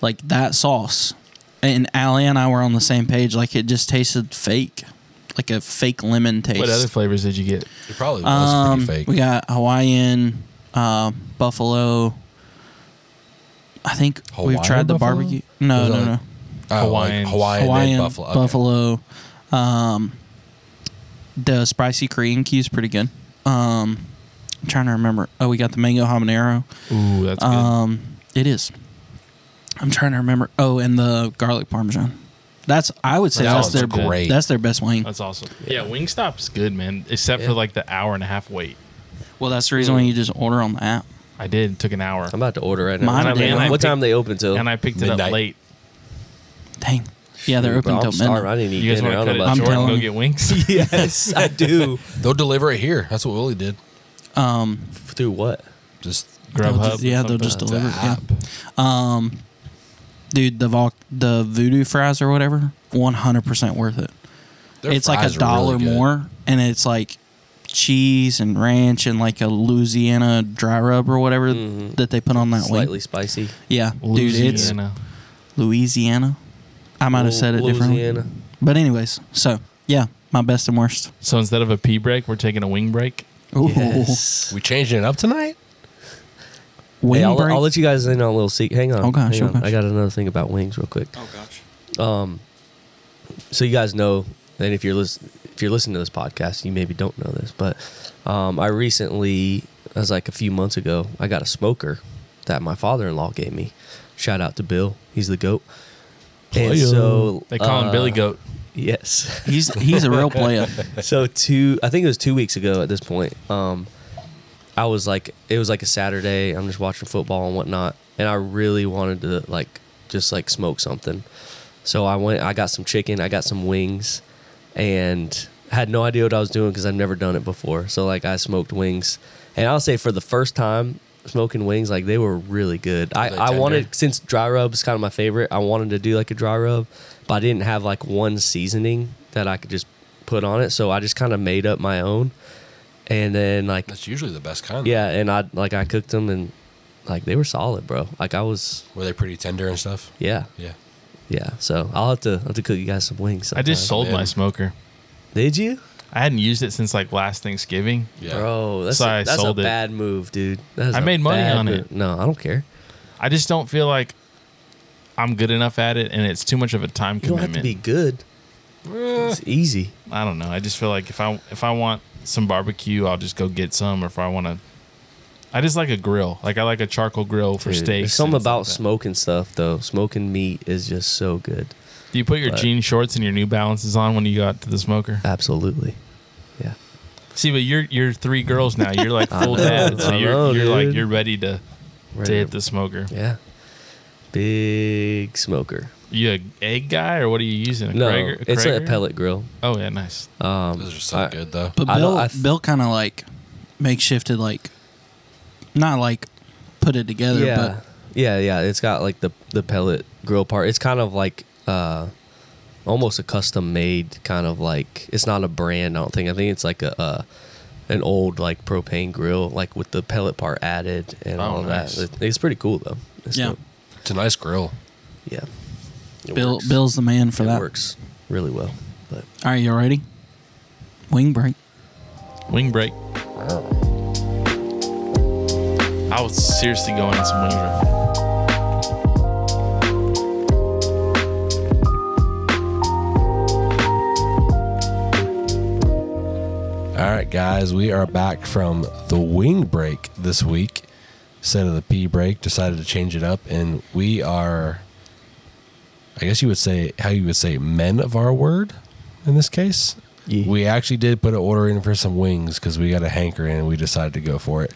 [SPEAKER 3] like that sauce. And Allie and I were on the same page. Like it just tasted fake, like a fake lemon taste.
[SPEAKER 1] What other flavors did you get?
[SPEAKER 4] it probably was
[SPEAKER 3] um,
[SPEAKER 4] pretty fake.
[SPEAKER 3] we got Hawaiian, uh, buffalo. I think
[SPEAKER 4] Hawaiian
[SPEAKER 3] we've tried the
[SPEAKER 4] buffalo?
[SPEAKER 3] barbecue. No,
[SPEAKER 4] Was
[SPEAKER 3] no,
[SPEAKER 4] it
[SPEAKER 3] no.
[SPEAKER 4] like Oh,
[SPEAKER 1] Hawaiian.
[SPEAKER 4] like Hawaiian, made
[SPEAKER 3] Hawaiian
[SPEAKER 4] buffalo.
[SPEAKER 3] buffalo.
[SPEAKER 4] Okay.
[SPEAKER 3] Um, the spicy Korean Q is pretty good. Um, I'm trying to remember. Oh, we got the mango habanero.
[SPEAKER 1] Ooh, that's good.
[SPEAKER 3] Um, it is. I'm trying to remember. Oh, and the garlic parmesan. That's I would say
[SPEAKER 4] That one's
[SPEAKER 3] that's their
[SPEAKER 4] great.
[SPEAKER 3] that's their best wing.
[SPEAKER 1] that's awesome. Yeah, Wingstop's good, man. Except for
[SPEAKER 2] Yeah.
[SPEAKER 1] like the hour and a half wait.
[SPEAKER 3] Well, that's the reason why you just order on the app.
[SPEAKER 1] I did. It took an hour,
[SPEAKER 2] I'm about to order right now.
[SPEAKER 3] Mine
[SPEAKER 2] what
[SPEAKER 3] did.
[SPEAKER 2] time,
[SPEAKER 3] I
[SPEAKER 2] what time
[SPEAKER 1] picked-
[SPEAKER 2] they open till?
[SPEAKER 1] and I picked it up
[SPEAKER 4] Midnight.
[SPEAKER 1] late.
[SPEAKER 3] Dang. Yeah, they're
[SPEAKER 2] Dude, bro,
[SPEAKER 3] open
[SPEAKER 2] I'm
[SPEAKER 3] till
[SPEAKER 2] starving.
[SPEAKER 3] midnight.
[SPEAKER 2] I didn't eat
[SPEAKER 1] You guys
[SPEAKER 2] dinner.
[SPEAKER 1] want
[SPEAKER 2] I
[SPEAKER 1] to cut
[SPEAKER 2] don't know
[SPEAKER 1] it
[SPEAKER 2] about
[SPEAKER 3] I'm
[SPEAKER 1] short and
[SPEAKER 2] you.
[SPEAKER 3] telling
[SPEAKER 1] go
[SPEAKER 3] you.
[SPEAKER 1] get wings?
[SPEAKER 2] Yes, I do.
[SPEAKER 4] They'll deliver it here. That's what Willie did.
[SPEAKER 2] Through what?
[SPEAKER 4] Just
[SPEAKER 3] They'll
[SPEAKER 1] Grubhub.
[SPEAKER 3] just- yeah, they'll just
[SPEAKER 1] something.
[SPEAKER 4] the
[SPEAKER 3] deliver. it, Yeah. Um,
[SPEAKER 4] app.
[SPEAKER 3] Dude, the vol- the voodoo fries or whatever, 100% worth it.
[SPEAKER 4] Their
[SPEAKER 3] it's like
[SPEAKER 4] fries
[SPEAKER 3] a
[SPEAKER 4] are
[SPEAKER 3] dollar
[SPEAKER 4] really good.
[SPEAKER 3] more, and it's like cheese and ranch and like a Louisiana dry rub or whatever that they put on that
[SPEAKER 2] Mm-hmm. Slightly
[SPEAKER 3] wing.
[SPEAKER 2] spicy.
[SPEAKER 3] Yeah, dude, it's
[SPEAKER 1] Louisiana.
[SPEAKER 3] Louisiana. I might have said it differently,
[SPEAKER 2] Louisiana.
[SPEAKER 3] but anyways, so yeah, my best and worst.
[SPEAKER 1] So instead of a pee break, we're taking a wing break.
[SPEAKER 3] Ooh,
[SPEAKER 2] Yes.
[SPEAKER 4] We changing it up tonight.
[SPEAKER 3] wing
[SPEAKER 2] Hey, I'll,
[SPEAKER 3] break.
[SPEAKER 2] I'll let you guys in on a little secret. Hang on.
[SPEAKER 3] Oh, gosh,
[SPEAKER 2] hang
[SPEAKER 3] oh,
[SPEAKER 2] on.
[SPEAKER 3] gosh.
[SPEAKER 1] Oh,
[SPEAKER 2] I got another thing about wings, real quick.
[SPEAKER 3] oh gosh.
[SPEAKER 2] Um, so you guys know and if you're listening, if you're listening to this podcast, you maybe don't know this, but um, I recently, I was like a few months ago, I got a smoker that my father-in-law gave me. Shout out to Bill, he's the goat. And so
[SPEAKER 1] They call him
[SPEAKER 2] uh,
[SPEAKER 1] Billy Goat.
[SPEAKER 2] Yes.
[SPEAKER 3] He's he's a real player.
[SPEAKER 2] so two i think it was two weeks ago at this point um i was like it was like a saturday i'm just watching football and whatnot and i really wanted to like just like smoke something so i went i got some chicken i got some wings and had no idea what i was doing because i've never done it before so like i smoked wings and i'll say for the first time smoking wings like they were really good i,
[SPEAKER 4] they
[SPEAKER 2] I
[SPEAKER 4] tender?
[SPEAKER 2] wanted since dry rub is kind of my favorite, I wanted to do like a dry rub, but I didn't have like one seasoning that I could just put on it. So I just kind of made up my own. And then like
[SPEAKER 4] That's usually the best kind.
[SPEAKER 2] yeah, and I like I cooked them and like they were solid, bro. Like I was
[SPEAKER 4] Were they pretty tender and stuff?
[SPEAKER 2] yeah,
[SPEAKER 4] Yeah.
[SPEAKER 2] yeah. So I'll have to I'll have to cook you guys some wings.
[SPEAKER 1] I just
[SPEAKER 2] sometime.
[SPEAKER 1] sold my
[SPEAKER 4] man.
[SPEAKER 1] smoker.
[SPEAKER 2] Did you?
[SPEAKER 1] I hadn't used it since like last Thanksgiving.
[SPEAKER 4] Yeah.
[SPEAKER 2] Bro, that's
[SPEAKER 1] So
[SPEAKER 2] a,
[SPEAKER 1] I
[SPEAKER 2] that's a
[SPEAKER 1] sold it.
[SPEAKER 2] bad move, dude. That's
[SPEAKER 1] I
[SPEAKER 2] a
[SPEAKER 1] made money
[SPEAKER 2] bad
[SPEAKER 1] on
[SPEAKER 2] move.
[SPEAKER 1] it.
[SPEAKER 2] No, I don't care.
[SPEAKER 1] I just don't feel like I'm good enough at it, and it's too much of a time
[SPEAKER 2] You don't have
[SPEAKER 1] commitment. Eh,
[SPEAKER 2] to be good. It's easy.
[SPEAKER 1] I don't know. I just feel like if I if I want some barbecue, I'll just go get some. Or if I want to, I just like a grill. Like I like a charcoal grill for
[SPEAKER 2] Dude,
[SPEAKER 1] steaks.
[SPEAKER 2] There's something
[SPEAKER 1] and stuff
[SPEAKER 2] about
[SPEAKER 1] like that.
[SPEAKER 2] smoking stuff though. Smoking meat is just so good.
[SPEAKER 1] Do you put your
[SPEAKER 2] but-
[SPEAKER 1] jean shorts and your New Balances on when you go out to the smoker?
[SPEAKER 2] Absolutely. Yeah.
[SPEAKER 1] See, but you're you're three girls now. You're like
[SPEAKER 2] I
[SPEAKER 1] full
[SPEAKER 2] know,
[SPEAKER 1] dad, so
[SPEAKER 2] I
[SPEAKER 1] you're
[SPEAKER 2] know,
[SPEAKER 1] you're like
[SPEAKER 2] dude.
[SPEAKER 1] you're ready to to
[SPEAKER 2] Right.
[SPEAKER 1] hit the smoker.
[SPEAKER 2] Yeah. Big smoker.
[SPEAKER 1] You a egg guy or what are you using? A
[SPEAKER 2] No,
[SPEAKER 1] Krager-
[SPEAKER 2] it's a
[SPEAKER 1] Krager?
[SPEAKER 2] pellet grill.
[SPEAKER 1] Oh yeah, nice.
[SPEAKER 2] Um,
[SPEAKER 4] Those are so
[SPEAKER 2] I-
[SPEAKER 4] good though.
[SPEAKER 3] But
[SPEAKER 2] I don't-
[SPEAKER 3] Bill
[SPEAKER 2] I th-
[SPEAKER 3] Bill kind of like makeshifted like not like put it together,
[SPEAKER 2] yeah, yeah, yeah. It's got like the the pellet grill part. It's kind of like uh, almost a custom made kind of like. It's not a brand. I don't think. I think it's like a. Uh, an old like propane grill, like with the pellet part added and
[SPEAKER 1] Oh,
[SPEAKER 2] all
[SPEAKER 1] nice.
[SPEAKER 2] that. It- It's pretty cool though.
[SPEAKER 3] but
[SPEAKER 2] It's
[SPEAKER 3] yeah,
[SPEAKER 2] dope.
[SPEAKER 4] It's a nice grill.
[SPEAKER 2] yeah. It
[SPEAKER 3] Bill
[SPEAKER 2] works.
[SPEAKER 3] Bill's the man for
[SPEAKER 2] it
[SPEAKER 3] that.
[SPEAKER 2] works really well. But
[SPEAKER 3] All right, you ready? Wing break.
[SPEAKER 1] Wing break. I would seriously go on some wing break.
[SPEAKER 4] All right, guys, we are back from the wing break this week. Instead of the pee break, decided to change it up, and we are, I guess you would say, how you would say, men of our word in this case.
[SPEAKER 2] Yeah.
[SPEAKER 4] We actually did put an order in for some wings because we got a hankering and we decided to go for it.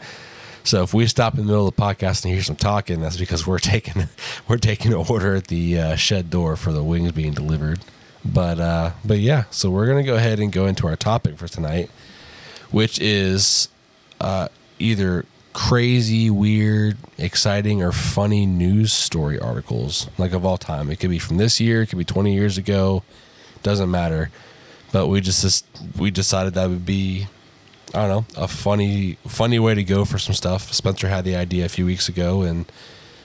[SPEAKER 4] So if we stop in the middle of the podcast and hear some talking, that's because we're taking we're taking an order at the uh, shed door for the wings being delivered. But uh, but yeah, so we're gonna go ahead and go into our topic for tonight, which is uh, either crazy, weird, exciting, or funny news story articles like of all time. It could be from this year, it could be twenty years ago, doesn't matter. But we just, just we decided that would be I don't know, a funny funny way to go for some stuff. Spencer had the idea a few weeks ago, and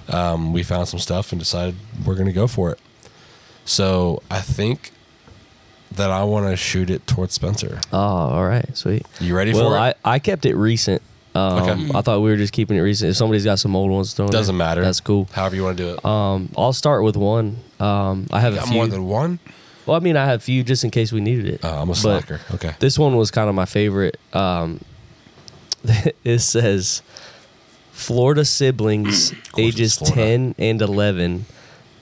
[SPEAKER 4] um, we found some stuff and decided we're going to go for it. So I think that I want to shoot it towards Spencer.
[SPEAKER 2] oh, all right, sweet.
[SPEAKER 4] You ready
[SPEAKER 2] well,
[SPEAKER 4] for it?
[SPEAKER 2] I, I kept it recent. Um,
[SPEAKER 4] Okay.
[SPEAKER 2] I thought we were just keeping it recent. If somebody's got some old ones thrown,
[SPEAKER 4] Doesn't matter.
[SPEAKER 2] That's cool.
[SPEAKER 4] However you want to do it.
[SPEAKER 2] Um, I'll start with one. Um, I have
[SPEAKER 4] You
[SPEAKER 2] a
[SPEAKER 4] got
[SPEAKER 2] few.
[SPEAKER 4] more than one?
[SPEAKER 2] well, I mean, I have a few just in case we needed it.
[SPEAKER 4] Oh, I'm a
[SPEAKER 2] But
[SPEAKER 4] slacker. Okay.
[SPEAKER 2] This one was kind of my favorite. Um, it says Florida siblings
[SPEAKER 4] it's
[SPEAKER 2] ages
[SPEAKER 4] Florida.
[SPEAKER 2] 10 and 11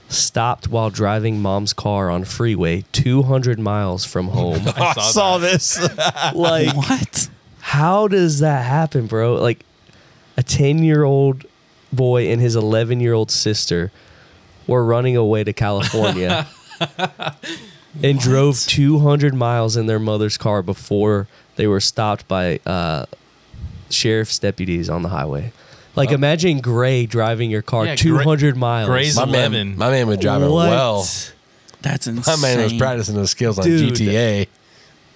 [SPEAKER 2] stopped while driving mom's car on freeway 200 miles from
[SPEAKER 4] Oh
[SPEAKER 2] home.
[SPEAKER 1] Oh, I saw, that.
[SPEAKER 4] this.
[SPEAKER 2] like
[SPEAKER 3] What?
[SPEAKER 2] How does that happen, bro? Like a 10 year old boy and his 11 year old sister were running away to California and drove 200 miles in their mother's car before they were stopped by uh, sheriff's deputies on the highway. Like, imagine Gray driving your car
[SPEAKER 1] Oh. Yeah, Gray-
[SPEAKER 2] 200 miles.
[SPEAKER 1] Gray's
[SPEAKER 4] my, man,
[SPEAKER 1] 11.
[SPEAKER 4] my man was driving
[SPEAKER 2] What?
[SPEAKER 4] well.
[SPEAKER 3] That's insane.
[SPEAKER 4] My man was practicing his skills on
[SPEAKER 2] Dude.
[SPEAKER 4] GTA.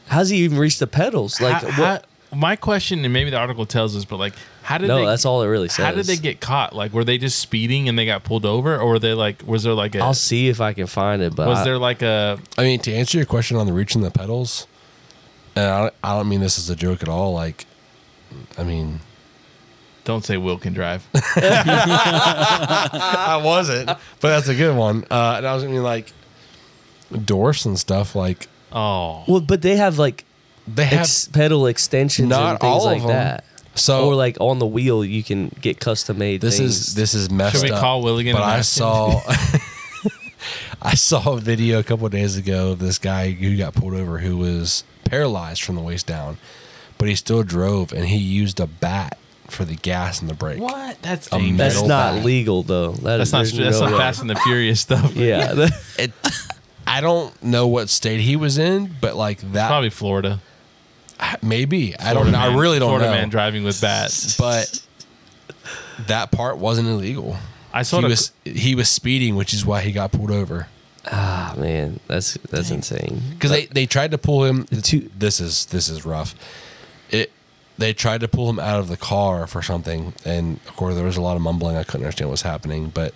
[SPEAKER 2] How's he even reach the pedals? Like,
[SPEAKER 1] How-
[SPEAKER 2] what?
[SPEAKER 1] how- my question, and maybe the article tells us, but like, how did
[SPEAKER 2] no,
[SPEAKER 1] they,
[SPEAKER 2] that's all it really says.
[SPEAKER 1] How did they get caught? Like, were they just speeding and they got pulled over, or were they like, was there like a
[SPEAKER 2] I'll uh, see if I can find it, but
[SPEAKER 1] was
[SPEAKER 2] I-
[SPEAKER 1] there like a
[SPEAKER 4] I mean, to answer your question on the reaching the pedals, and I don't, I don't mean this as a joke at all. Like, I mean,
[SPEAKER 1] don't say Will can drive?
[SPEAKER 4] I wasn't, but that's a good one. Uh, and I was gonna mean like Dorse and stuff. Like,
[SPEAKER 1] Oh,
[SPEAKER 2] Well, but they have like
[SPEAKER 4] They have
[SPEAKER 2] ex- pedal extensions and
[SPEAKER 4] Not
[SPEAKER 2] things
[SPEAKER 4] all
[SPEAKER 2] like
[SPEAKER 4] of 'em.
[SPEAKER 2] that.
[SPEAKER 4] So-
[SPEAKER 2] or like on the wheel, you can get custom made.
[SPEAKER 4] this
[SPEAKER 2] things.
[SPEAKER 4] is this is messed
[SPEAKER 1] Should we
[SPEAKER 4] up.
[SPEAKER 1] call Willigan
[SPEAKER 4] But
[SPEAKER 1] and
[SPEAKER 4] I
[SPEAKER 1] ask him?
[SPEAKER 4] saw I saw a video a couple of days ago of this guy who got pulled over who was paralyzed from the waist down, but he still drove and he used a bat for the gas and the brake.
[SPEAKER 1] what? That's
[SPEAKER 4] A
[SPEAKER 1] dangerous.
[SPEAKER 2] that's
[SPEAKER 4] metal
[SPEAKER 2] not
[SPEAKER 4] bat.
[SPEAKER 2] legal though. That
[SPEAKER 1] That's
[SPEAKER 2] is-
[SPEAKER 1] not.
[SPEAKER 2] there's
[SPEAKER 1] That's
[SPEAKER 2] no
[SPEAKER 1] not
[SPEAKER 2] way.
[SPEAKER 1] Fast and the Furious stuff.
[SPEAKER 2] Yeah,
[SPEAKER 4] It, I don't know what state he was in, but like that
[SPEAKER 1] Probably Florida.
[SPEAKER 4] maybe I
[SPEAKER 1] Florida
[SPEAKER 4] don't know. I
[SPEAKER 1] man-
[SPEAKER 4] really don't
[SPEAKER 1] Florida
[SPEAKER 4] know.
[SPEAKER 1] man driving with bats.
[SPEAKER 4] But that part wasn't illegal.
[SPEAKER 1] I
[SPEAKER 4] He
[SPEAKER 1] saw. the-
[SPEAKER 4] was he was speeding, which is why he got pulled over.
[SPEAKER 2] ah man, that's that's insane.
[SPEAKER 4] because they, they tried to pull him.
[SPEAKER 2] two-
[SPEAKER 4] this is this is rough. It they tried to pull him out of the car for something, and of course there was a lot of mumbling. I couldn't understand what was happening, but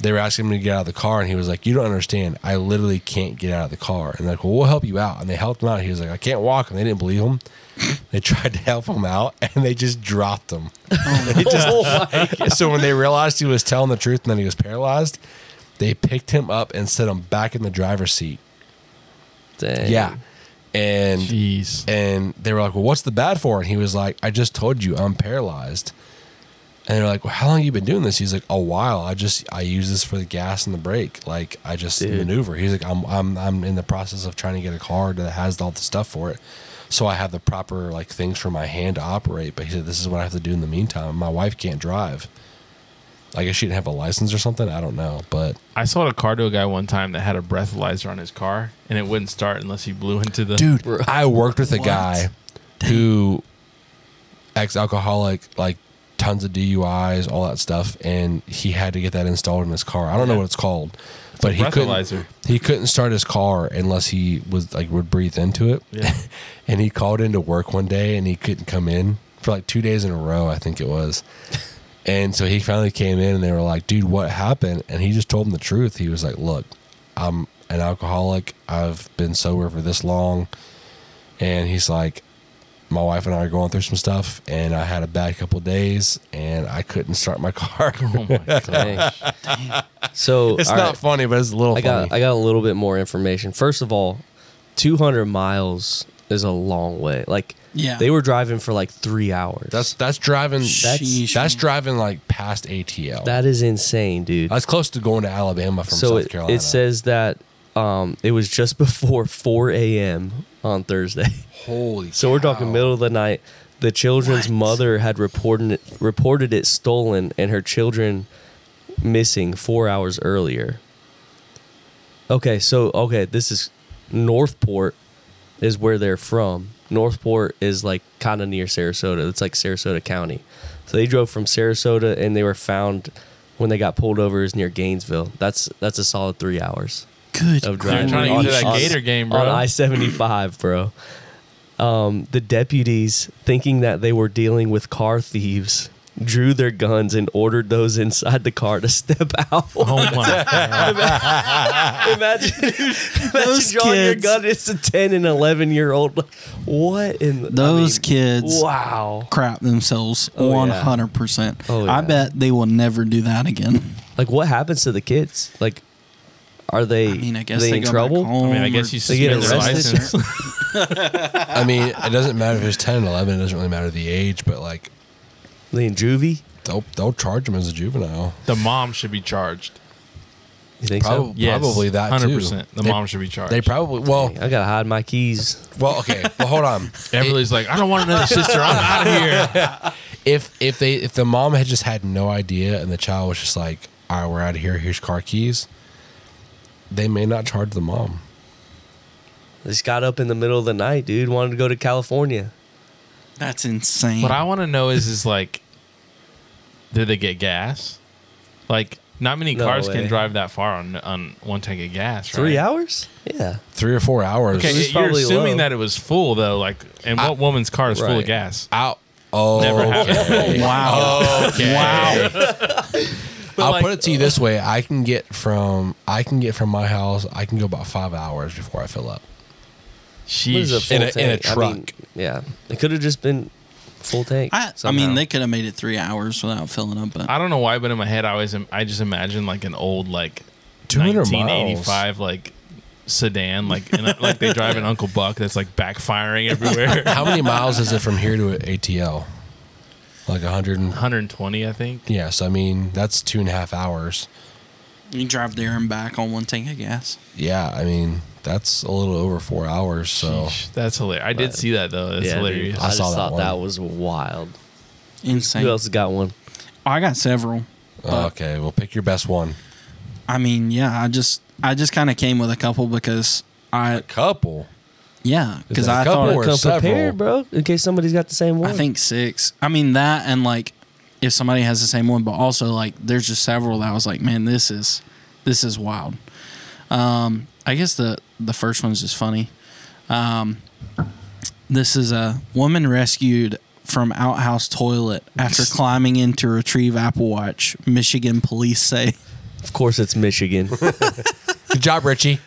[SPEAKER 4] they were asking him to get out of the car, and he was like, "You don't understand. I literally can't get out of the car." And they're like, "Well, we'll help you out." And they helped him out. He was like, "I can't walk," and they didn't believe him. They tried to help him out, and they just dropped him. They just- so when they realized he was telling the truth and then he was paralyzed, they picked him up and set him back in the driver's seat
[SPEAKER 2] Dang.
[SPEAKER 4] yeah. And
[SPEAKER 1] Jeez.
[SPEAKER 4] and they were like, Well, what's the bat for? And he was like, I just told you I'm paralyzed. And they're like, Well, how long you been doing this? He's like, A while. I just I use this for the gas and the brake. Like I just
[SPEAKER 2] Dude.
[SPEAKER 4] maneuver. He's like, I'm I'm I'm in the process of trying to get a car that has all the stuff for it. So I have the proper like things for my hand to operate. But he said, This is what I have to do in the meantime. My wife can't drive. I guess she didn't have a license or something. I don't know. But
[SPEAKER 1] I saw a cardo guy one time that had a breathalyzer on his car, and it wouldn't start unless he blew into the.
[SPEAKER 4] dude i worked with a
[SPEAKER 3] What?
[SPEAKER 4] guy who ex-alcoholic like tons of duis all that stuff and he had to get that installed in his car i don't know what it's called but he
[SPEAKER 1] breathalyzer.
[SPEAKER 4] couldn't he couldn't start his car unless he was like would breathe into it
[SPEAKER 1] Yeah.
[SPEAKER 4] and he called into work one day and he couldn't come in for like two days in a row i think it was and so he finally came in and they were like, dude, what happened? And he just told them the truth. He was like, look, I'm an alcoholic. I've been sober for this long. And he's like, my wife and I are going through some stuff. And I had a bad couple of days and I couldn't start my car.
[SPEAKER 1] Oh my god.
[SPEAKER 2] Dang. So
[SPEAKER 4] it's
[SPEAKER 2] all
[SPEAKER 4] not
[SPEAKER 2] right.
[SPEAKER 4] funny, but it's a little
[SPEAKER 2] I
[SPEAKER 4] funny.
[SPEAKER 2] got I got a little bit more information. First of all, 200 miles is a long way. Like
[SPEAKER 3] Yeah.
[SPEAKER 2] they were driving for like 3 hours.
[SPEAKER 4] that's that's driving that's,
[SPEAKER 3] Sheesh,
[SPEAKER 4] that's
[SPEAKER 3] man.
[SPEAKER 4] driving like past ATL.
[SPEAKER 2] that is insane, dude.
[SPEAKER 4] that's close to going to Alabama from
[SPEAKER 2] so
[SPEAKER 4] South
[SPEAKER 2] it,
[SPEAKER 4] Carolina.
[SPEAKER 2] it says that um it was just before 4 a.m. on Thursday.
[SPEAKER 4] holy
[SPEAKER 2] So we're talking
[SPEAKER 4] cow.
[SPEAKER 2] middle of the night. The children's mother had reported it, reported it stolen and her children missing four hours earlier. Okay, so okay, this is Northport is where they're from. Northport is like kind of near Sarasota. It's like Sarasota County. So they drove from Sarasota and they were found when they got pulled over is near Gainesville. That's that's a solid three hours
[SPEAKER 3] Good.
[SPEAKER 2] of
[SPEAKER 1] They're
[SPEAKER 2] driving.
[SPEAKER 1] trying to
[SPEAKER 2] on-
[SPEAKER 1] get to that
[SPEAKER 2] on-
[SPEAKER 1] Gator game,
[SPEAKER 2] on I
[SPEAKER 1] bro.
[SPEAKER 2] seventy five, bro. Um, the deputies, thinking that they were dealing with car thieves, drew their guns and ordered those inside the car to step out.
[SPEAKER 1] Oh my god.
[SPEAKER 2] imagine,
[SPEAKER 3] Those
[SPEAKER 2] imagine drawing your
[SPEAKER 3] kids.
[SPEAKER 2] gun. It's a ten and eleven year old. Like, What in the- I
[SPEAKER 3] Those
[SPEAKER 2] mean,
[SPEAKER 3] kids
[SPEAKER 2] Wow.
[SPEAKER 3] crap themselves
[SPEAKER 2] Oh,
[SPEAKER 3] one
[SPEAKER 2] yeah.
[SPEAKER 3] hundred percent.
[SPEAKER 2] Oh, yeah.
[SPEAKER 3] I bet they will never do that again.
[SPEAKER 2] Like what happens to the kids? Like, are they?
[SPEAKER 3] I mean, I guess
[SPEAKER 2] they,
[SPEAKER 3] they,
[SPEAKER 2] in
[SPEAKER 3] go
[SPEAKER 2] trouble.
[SPEAKER 3] Back home
[SPEAKER 1] I mean, I
[SPEAKER 3] or-
[SPEAKER 1] guess you
[SPEAKER 2] They get
[SPEAKER 1] suspend their
[SPEAKER 2] arrested?
[SPEAKER 1] license.
[SPEAKER 4] I mean, it doesn't matter if it's 10 and 11. It doesn't really matter the age, but like,
[SPEAKER 2] They in juvie.
[SPEAKER 4] they'll, they'll charge him as a juvenile.
[SPEAKER 1] The mom should be charged.
[SPEAKER 2] You think
[SPEAKER 4] Prob-
[SPEAKER 2] so?
[SPEAKER 1] Yes,
[SPEAKER 4] Probably that too.
[SPEAKER 1] 100%. The
[SPEAKER 4] They-
[SPEAKER 1] mom should be charged.
[SPEAKER 4] They probably, well,
[SPEAKER 2] I gotta hide my keys.
[SPEAKER 4] well, okay. Well, hold on.
[SPEAKER 1] Everybody's like, I don't want another sister. I'm out of here.
[SPEAKER 4] If, if they, if the mom had just had no idea and the child was just like, all right, we're out of here. Here's car keys. They may not charge the mom.
[SPEAKER 2] Just got up in the middle of the night, dude. Wanted to go to California.
[SPEAKER 3] That's insane.
[SPEAKER 1] What I want to know is, is like, did they get gas? Like, not many
[SPEAKER 2] No
[SPEAKER 1] cars
[SPEAKER 2] way.
[SPEAKER 1] can drive that far on on one tank of gas. Right?
[SPEAKER 2] Three hours? Yeah.
[SPEAKER 4] Three or four hours.
[SPEAKER 1] Okay,
[SPEAKER 2] was
[SPEAKER 1] you're
[SPEAKER 2] probably
[SPEAKER 1] assuming
[SPEAKER 2] low.
[SPEAKER 1] that it was full though. Like, and what woman's car is full of
[SPEAKER 2] Right.
[SPEAKER 1] gas?
[SPEAKER 4] Out. Oh,
[SPEAKER 1] Never happened.
[SPEAKER 3] wow.
[SPEAKER 4] okay.
[SPEAKER 3] Wow.
[SPEAKER 4] I'll
[SPEAKER 1] like-
[SPEAKER 4] put it to you this way: I can get from I can get from my house. I can go about five hours before I fill up.
[SPEAKER 1] Sheesh.
[SPEAKER 2] What is a full
[SPEAKER 4] In a- in a
[SPEAKER 2] tank? I mean,
[SPEAKER 4] truck.
[SPEAKER 2] yeah. It could have just been full tank.
[SPEAKER 3] I, I mean, they could have made it three hours without filling up, but
[SPEAKER 1] I don't know why, but in my head, I always I just imagine like an old like
[SPEAKER 4] 200
[SPEAKER 1] 1985 like sedan, like in a, like they drive an Uncle Buck that's like backfiring everywhere.
[SPEAKER 4] How many miles is it from here to ATL? Like 100 and
[SPEAKER 1] 120, I think.
[SPEAKER 4] yeah. So I mean, that's two and a half hours.
[SPEAKER 3] You drive there and back on one tank of gas.
[SPEAKER 4] Yeah, I mean, that's a little over four hours. So
[SPEAKER 1] Sheesh, that's hilarious. I did see that though. That's
[SPEAKER 2] Oh. dude.
[SPEAKER 1] hilarious.
[SPEAKER 2] I,
[SPEAKER 4] I
[SPEAKER 2] just
[SPEAKER 4] saw that
[SPEAKER 2] thought
[SPEAKER 4] one.
[SPEAKER 2] that was wild.
[SPEAKER 3] Insane. Oh,
[SPEAKER 2] Who else has got one?
[SPEAKER 3] I got several.
[SPEAKER 4] uh, okay, well, pick your best one.
[SPEAKER 3] I mean, yeah, I just I just kind of came with a couple because I
[SPEAKER 4] Couple.
[SPEAKER 3] yeah
[SPEAKER 4] Is
[SPEAKER 3] because
[SPEAKER 4] that a
[SPEAKER 3] I
[SPEAKER 4] couple
[SPEAKER 3] thought
[SPEAKER 4] or-
[SPEAKER 2] Come
[SPEAKER 4] several.
[SPEAKER 2] prepared, bro. In case somebody's got the same one.
[SPEAKER 3] I think six. I mean that and like if somebody has the same one, but also like there's just several that I was like, man, this is this is wild. Um, I guess the the first one's just funny. Um, this is a woman rescued from outhouse toilet after climbing in to retrieve Apple Watch. Michigan police say.
[SPEAKER 2] of course, it's Michigan.
[SPEAKER 4] Good job, Richie.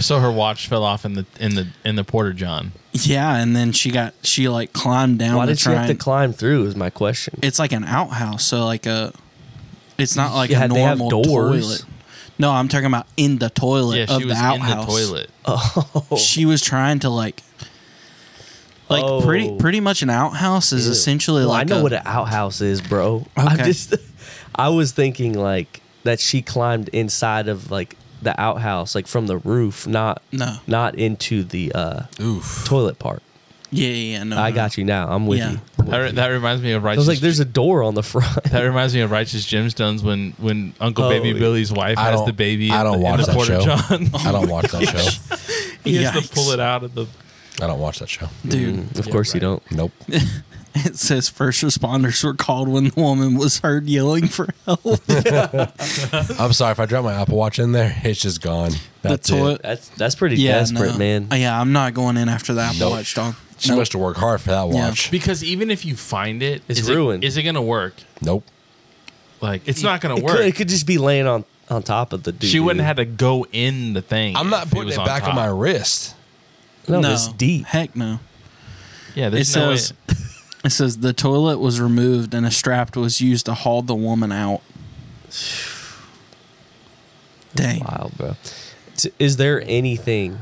[SPEAKER 1] So her watch fell off in the in the in the Porter John.
[SPEAKER 3] Yeah, and then she got she like climbed down.
[SPEAKER 2] Why
[SPEAKER 3] to
[SPEAKER 2] did she
[SPEAKER 3] try
[SPEAKER 2] have to
[SPEAKER 3] and-
[SPEAKER 2] climb through? Is my question.
[SPEAKER 3] It's like an outhouse, so like a. It's not like
[SPEAKER 2] Yeah,
[SPEAKER 3] a
[SPEAKER 2] they have
[SPEAKER 3] normal
[SPEAKER 2] doors.
[SPEAKER 3] toilet. No, I'm talking about in the toilet
[SPEAKER 1] Yeah,
[SPEAKER 3] of
[SPEAKER 1] she
[SPEAKER 3] the
[SPEAKER 1] was in
[SPEAKER 3] outhouse.
[SPEAKER 1] the toilet.
[SPEAKER 2] Oh,
[SPEAKER 3] She was trying to like, like pretty
[SPEAKER 2] Oh.
[SPEAKER 3] pretty much an outhouse is essentially
[SPEAKER 2] Well,
[SPEAKER 3] like
[SPEAKER 2] I know
[SPEAKER 3] a-
[SPEAKER 2] what an outhouse is, bro. I
[SPEAKER 3] Okay.
[SPEAKER 2] just I was thinking like that she climbed inside of like the outhouse, like from the roof, not
[SPEAKER 3] No.
[SPEAKER 2] not into the uh
[SPEAKER 4] Oof.
[SPEAKER 2] toilet part.
[SPEAKER 3] yeah yeah yeah, no
[SPEAKER 2] I
[SPEAKER 3] no,
[SPEAKER 2] got you now. I'm with
[SPEAKER 3] Uh-huh. Yeah.
[SPEAKER 2] you.
[SPEAKER 1] That, re- that reminds me of
[SPEAKER 2] I
[SPEAKER 1] righteous.
[SPEAKER 2] was like, there's a door on the front.
[SPEAKER 1] that reminds me of righteous gemstones when when Uncle
[SPEAKER 2] Oh,
[SPEAKER 1] Baby
[SPEAKER 2] yeah.
[SPEAKER 1] Billy's wife
[SPEAKER 4] I
[SPEAKER 1] has
[SPEAKER 4] don't-
[SPEAKER 1] the baby.
[SPEAKER 4] I
[SPEAKER 1] in
[SPEAKER 4] don't
[SPEAKER 1] the, in
[SPEAKER 4] watch
[SPEAKER 1] the
[SPEAKER 4] that
[SPEAKER 1] Porter
[SPEAKER 4] show.
[SPEAKER 1] John.
[SPEAKER 4] I don't watch that show.
[SPEAKER 1] he has
[SPEAKER 3] Yikes.
[SPEAKER 1] to pull it out of the.
[SPEAKER 4] I don't watch that show.
[SPEAKER 3] no. dude.
[SPEAKER 2] Of course you don't.
[SPEAKER 4] Nope.
[SPEAKER 3] It says first responders were called when the woman was heard yelling for help.
[SPEAKER 4] I'm sorry if I dropped my Apple Watch in there. It's just gone.
[SPEAKER 3] the
[SPEAKER 4] That's
[SPEAKER 3] toilet.
[SPEAKER 4] it.
[SPEAKER 2] That's that's pretty
[SPEAKER 3] Yeah,
[SPEAKER 2] desperate,
[SPEAKER 3] no.
[SPEAKER 2] man.
[SPEAKER 3] Uh, Yeah, I'm not going in after that Apple
[SPEAKER 4] Nope.
[SPEAKER 3] Watch, dog.
[SPEAKER 4] She must have worked hard for that
[SPEAKER 3] Yeah.
[SPEAKER 4] watch.
[SPEAKER 1] Because even if you find it,
[SPEAKER 2] It's
[SPEAKER 1] is
[SPEAKER 2] ruined.
[SPEAKER 1] It, is it gonna work?
[SPEAKER 4] Nope.
[SPEAKER 1] Like it's not gonna
[SPEAKER 2] It
[SPEAKER 1] work.
[SPEAKER 2] could, it could just be laying on on top of the dude.
[SPEAKER 1] she wouldn't have had to go in the thing.
[SPEAKER 4] I'm not
[SPEAKER 1] if
[SPEAKER 4] putting
[SPEAKER 1] was
[SPEAKER 4] it
[SPEAKER 1] on
[SPEAKER 4] back
[SPEAKER 1] top.
[SPEAKER 4] on my wrist.
[SPEAKER 2] No, it's deep.
[SPEAKER 3] Heck no.
[SPEAKER 1] Yeah,
[SPEAKER 3] It
[SPEAKER 1] there's no way.
[SPEAKER 3] says, it says the toilet was removed and a strap was used to haul the woman out. Dang.
[SPEAKER 2] Wild, bro. T- Is there anything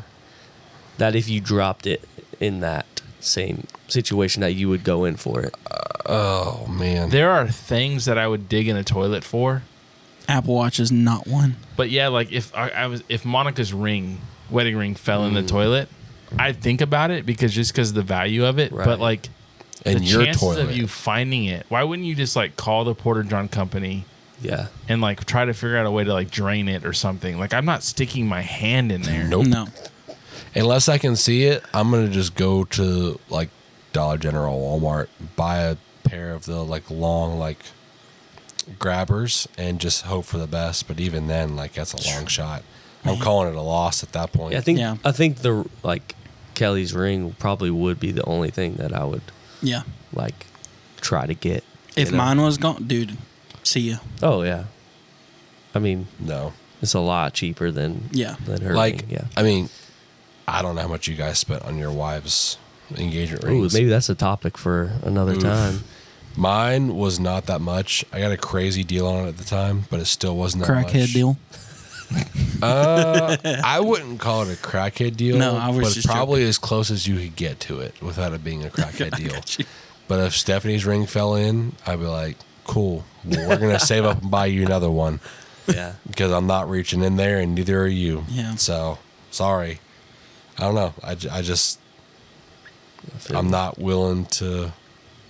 [SPEAKER 2] that if you dropped it in that same situation that you would go in for it?
[SPEAKER 4] Oh man.
[SPEAKER 1] There are things that I would dig in a toilet for,
[SPEAKER 3] Apple Watch is not one.
[SPEAKER 1] but yeah, like if I, I was if Monica's ring, wedding ring, fell in
[SPEAKER 4] Mm.
[SPEAKER 1] the toilet, I'd think about it because just because of the value of it.
[SPEAKER 2] Right.
[SPEAKER 1] But like
[SPEAKER 4] and
[SPEAKER 1] the
[SPEAKER 4] your
[SPEAKER 1] chances
[SPEAKER 4] toilet.
[SPEAKER 1] of you finding it, why wouldn't you just like call the Porter John company
[SPEAKER 2] Yeah.
[SPEAKER 1] and like try to figure out a way to like drain it or something? Like I'm not sticking my hand in there.
[SPEAKER 4] Nope.
[SPEAKER 3] No.
[SPEAKER 4] Unless I can see it, I'm gonna just go to like Dollar General, Walmart, buy a pair of the like long like grabbers and just hope for the best. But even then, like that's a long shot. I'm calling it a loss at that point.
[SPEAKER 2] Yeah, I think
[SPEAKER 3] Yeah.
[SPEAKER 2] I think the like Kelly's ring probably would be the only thing that I would
[SPEAKER 3] Yeah.
[SPEAKER 2] like try to get.
[SPEAKER 3] If
[SPEAKER 2] you know?
[SPEAKER 3] mine was gone, dude, see ya.
[SPEAKER 2] Oh yeah. I mean,
[SPEAKER 4] no.
[SPEAKER 2] it's a lot cheaper than
[SPEAKER 3] Yeah.
[SPEAKER 2] than her
[SPEAKER 4] Like
[SPEAKER 2] ring. Yeah.
[SPEAKER 4] I mean, I don't know how much you guys spent on your wives' engagement
[SPEAKER 2] Ooh,
[SPEAKER 4] rings.
[SPEAKER 2] maybe that's a topic for another
[SPEAKER 4] Oof.
[SPEAKER 2] time.
[SPEAKER 4] Mine was not that much. I got a crazy deal on it at the time, but it still wasn't that much.
[SPEAKER 3] Crackhead deal.
[SPEAKER 4] Uh, I wouldn't call it a crackhead deal.
[SPEAKER 3] No, I was
[SPEAKER 4] but it's
[SPEAKER 3] just
[SPEAKER 4] probably as close as you could get to it without it being a crackhead deal. But if Stephanie's ring fell in, I'd be like, "Cool, well, we're gonna save up and buy you another one
[SPEAKER 2] Yeah.
[SPEAKER 4] because I'm not reaching in there, and neither are you."
[SPEAKER 3] Yeah.
[SPEAKER 4] So sorry. I don't know. I, ju- I just
[SPEAKER 2] I feel
[SPEAKER 4] I'm
[SPEAKER 2] you.
[SPEAKER 4] not willing to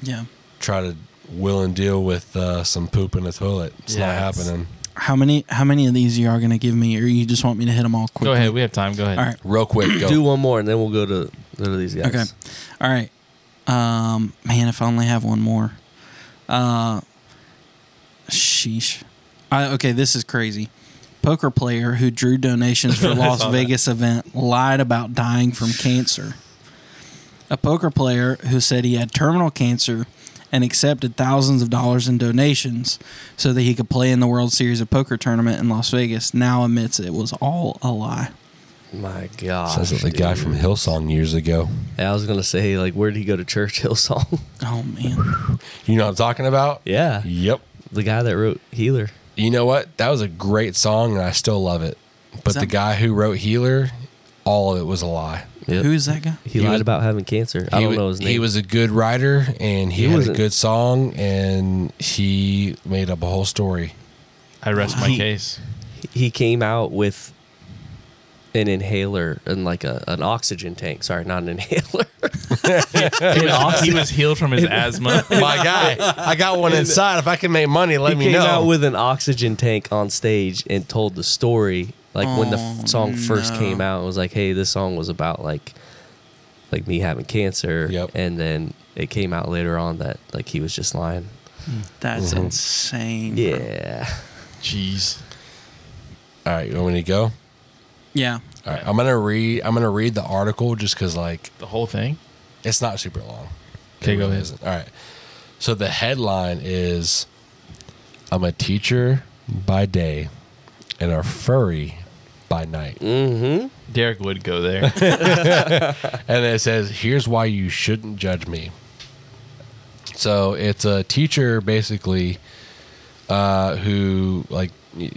[SPEAKER 3] Yeah.
[SPEAKER 4] try to will and deal with uh, some poop in the toilet. It's
[SPEAKER 1] Yeah,
[SPEAKER 4] not
[SPEAKER 1] it's-
[SPEAKER 4] happening.
[SPEAKER 3] How many how many of these you are gonna give me, or you just want me to hit them all quick?
[SPEAKER 1] Go ahead, we have time. Go ahead.
[SPEAKER 3] All right.
[SPEAKER 4] Real quick, go.
[SPEAKER 2] do one more and then we'll go to go to these guys.
[SPEAKER 3] Okay. All right. Um, man, if I only have one more. Uh, sheesh. I, okay, this is crazy. Poker player who drew donations for Las Vegas event lied about dying from cancer. A poker player who said he had terminal cancer and accepted thousands of dollars in donations so that he could play in the World Series of Poker tournament in Las Vegas now admits it was all a lie.
[SPEAKER 2] My God.
[SPEAKER 4] Sounds like the guy from Hillsong years ago.
[SPEAKER 2] I was gonna say, like, where did he go to church? Hillsong.
[SPEAKER 3] Oh man.
[SPEAKER 4] You know what I'm talking about?
[SPEAKER 2] yeah,
[SPEAKER 4] Yep.
[SPEAKER 2] the guy that wrote Healer.
[SPEAKER 4] You know what? That was a great song, and I still love it. But
[SPEAKER 3] Is that-
[SPEAKER 4] the guy who wrote Healer, all of it was a lie.
[SPEAKER 2] Yep.
[SPEAKER 3] Who is that guy?
[SPEAKER 2] he,
[SPEAKER 4] He
[SPEAKER 2] lied
[SPEAKER 4] was-
[SPEAKER 2] about having cancer. I
[SPEAKER 4] he
[SPEAKER 2] don't
[SPEAKER 4] wa-
[SPEAKER 2] know his name.
[SPEAKER 4] He was a good writer and he,
[SPEAKER 2] He
[SPEAKER 4] had
[SPEAKER 2] wasn't-
[SPEAKER 4] a good song and he made up a whole story.
[SPEAKER 1] I rest my
[SPEAKER 2] He-
[SPEAKER 1] case.
[SPEAKER 2] he came out with an inhaler and like a, an oxygen tank. Sorry, not an inhaler.
[SPEAKER 1] He was, he was healed from his asthma.
[SPEAKER 4] My guy, I got one inside. If I can make money, let
[SPEAKER 2] he came out with an oxygen tank on stage and told the story like when the
[SPEAKER 3] Oh,
[SPEAKER 2] f- song first
[SPEAKER 3] no.
[SPEAKER 2] came out. It was like, hey, this song was about like like me having cancer.
[SPEAKER 4] Yep.
[SPEAKER 2] And then it came out later on that like he was just lying.
[SPEAKER 3] That's
[SPEAKER 4] Mm-hmm.
[SPEAKER 3] insane. bro.
[SPEAKER 2] Yeah.
[SPEAKER 1] Jeez.
[SPEAKER 4] All right, you want me to go?
[SPEAKER 3] Yeah.
[SPEAKER 4] All right, I'm gonna read. I'm gonna read the article just because like
[SPEAKER 1] The whole thing?
[SPEAKER 4] it's not super long.
[SPEAKER 1] Okay,
[SPEAKER 4] It
[SPEAKER 1] go
[SPEAKER 4] really
[SPEAKER 1] ahead.
[SPEAKER 4] isn't. All right. So the headline is, "I'm a teacher by day, and a furry by night."
[SPEAKER 1] Derek would go there.
[SPEAKER 4] and it says, "Here's why you shouldn't judge me." So it's a teacher basically uh, who like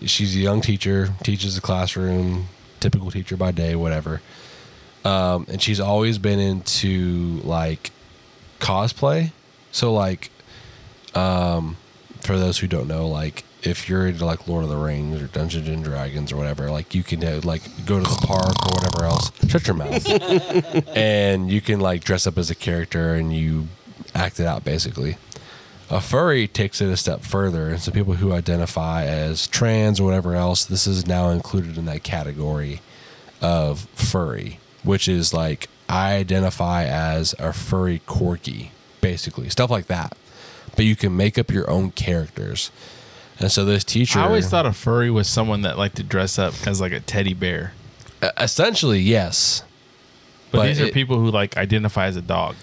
[SPEAKER 4] she's a young teacher, teaches a classroom, typical teacher by day, whatever. Um, and she's always been into like cosplay. So like, um, for those who don't know, like if you're into like Lord of the Rings or Dungeons and Dragons or whatever, like you can uh, like go to the park or whatever else. Shut your mouth and you can like dress up as a character and you act it out basically. A furry takes it a step further, and so people who identify as trans or whatever else, this is now included in that category of furry, which is like I identify as a furry corgi, basically stuff like that. But you can make up your own characters, and so this teacher
[SPEAKER 1] I always thought a furry was someone that liked to dress up as like a teddy bear.
[SPEAKER 4] e-, essentially yes,
[SPEAKER 1] But,
[SPEAKER 4] But
[SPEAKER 1] these are
[SPEAKER 4] it-
[SPEAKER 1] people who like identify as a dog.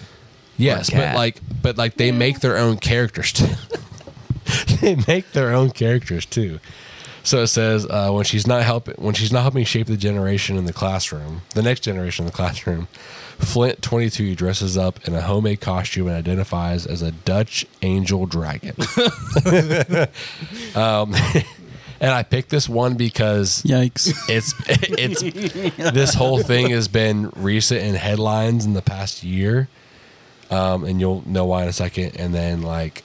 [SPEAKER 4] Yes, but
[SPEAKER 2] cat.
[SPEAKER 4] like, but like they make their own characters too. they make their own characters too. So it says uh, when she's not helping when she's not helping shape the generation in the classroom, the next generation in the classroom, Flint twenty two dresses up in a homemade costume and identifies as a Dutch angel dragon. um, and I picked this one because
[SPEAKER 3] Yikes.
[SPEAKER 4] it's it's this whole thing has been recent in headlines in the past year, um, and you'll know why in a second. And then, like,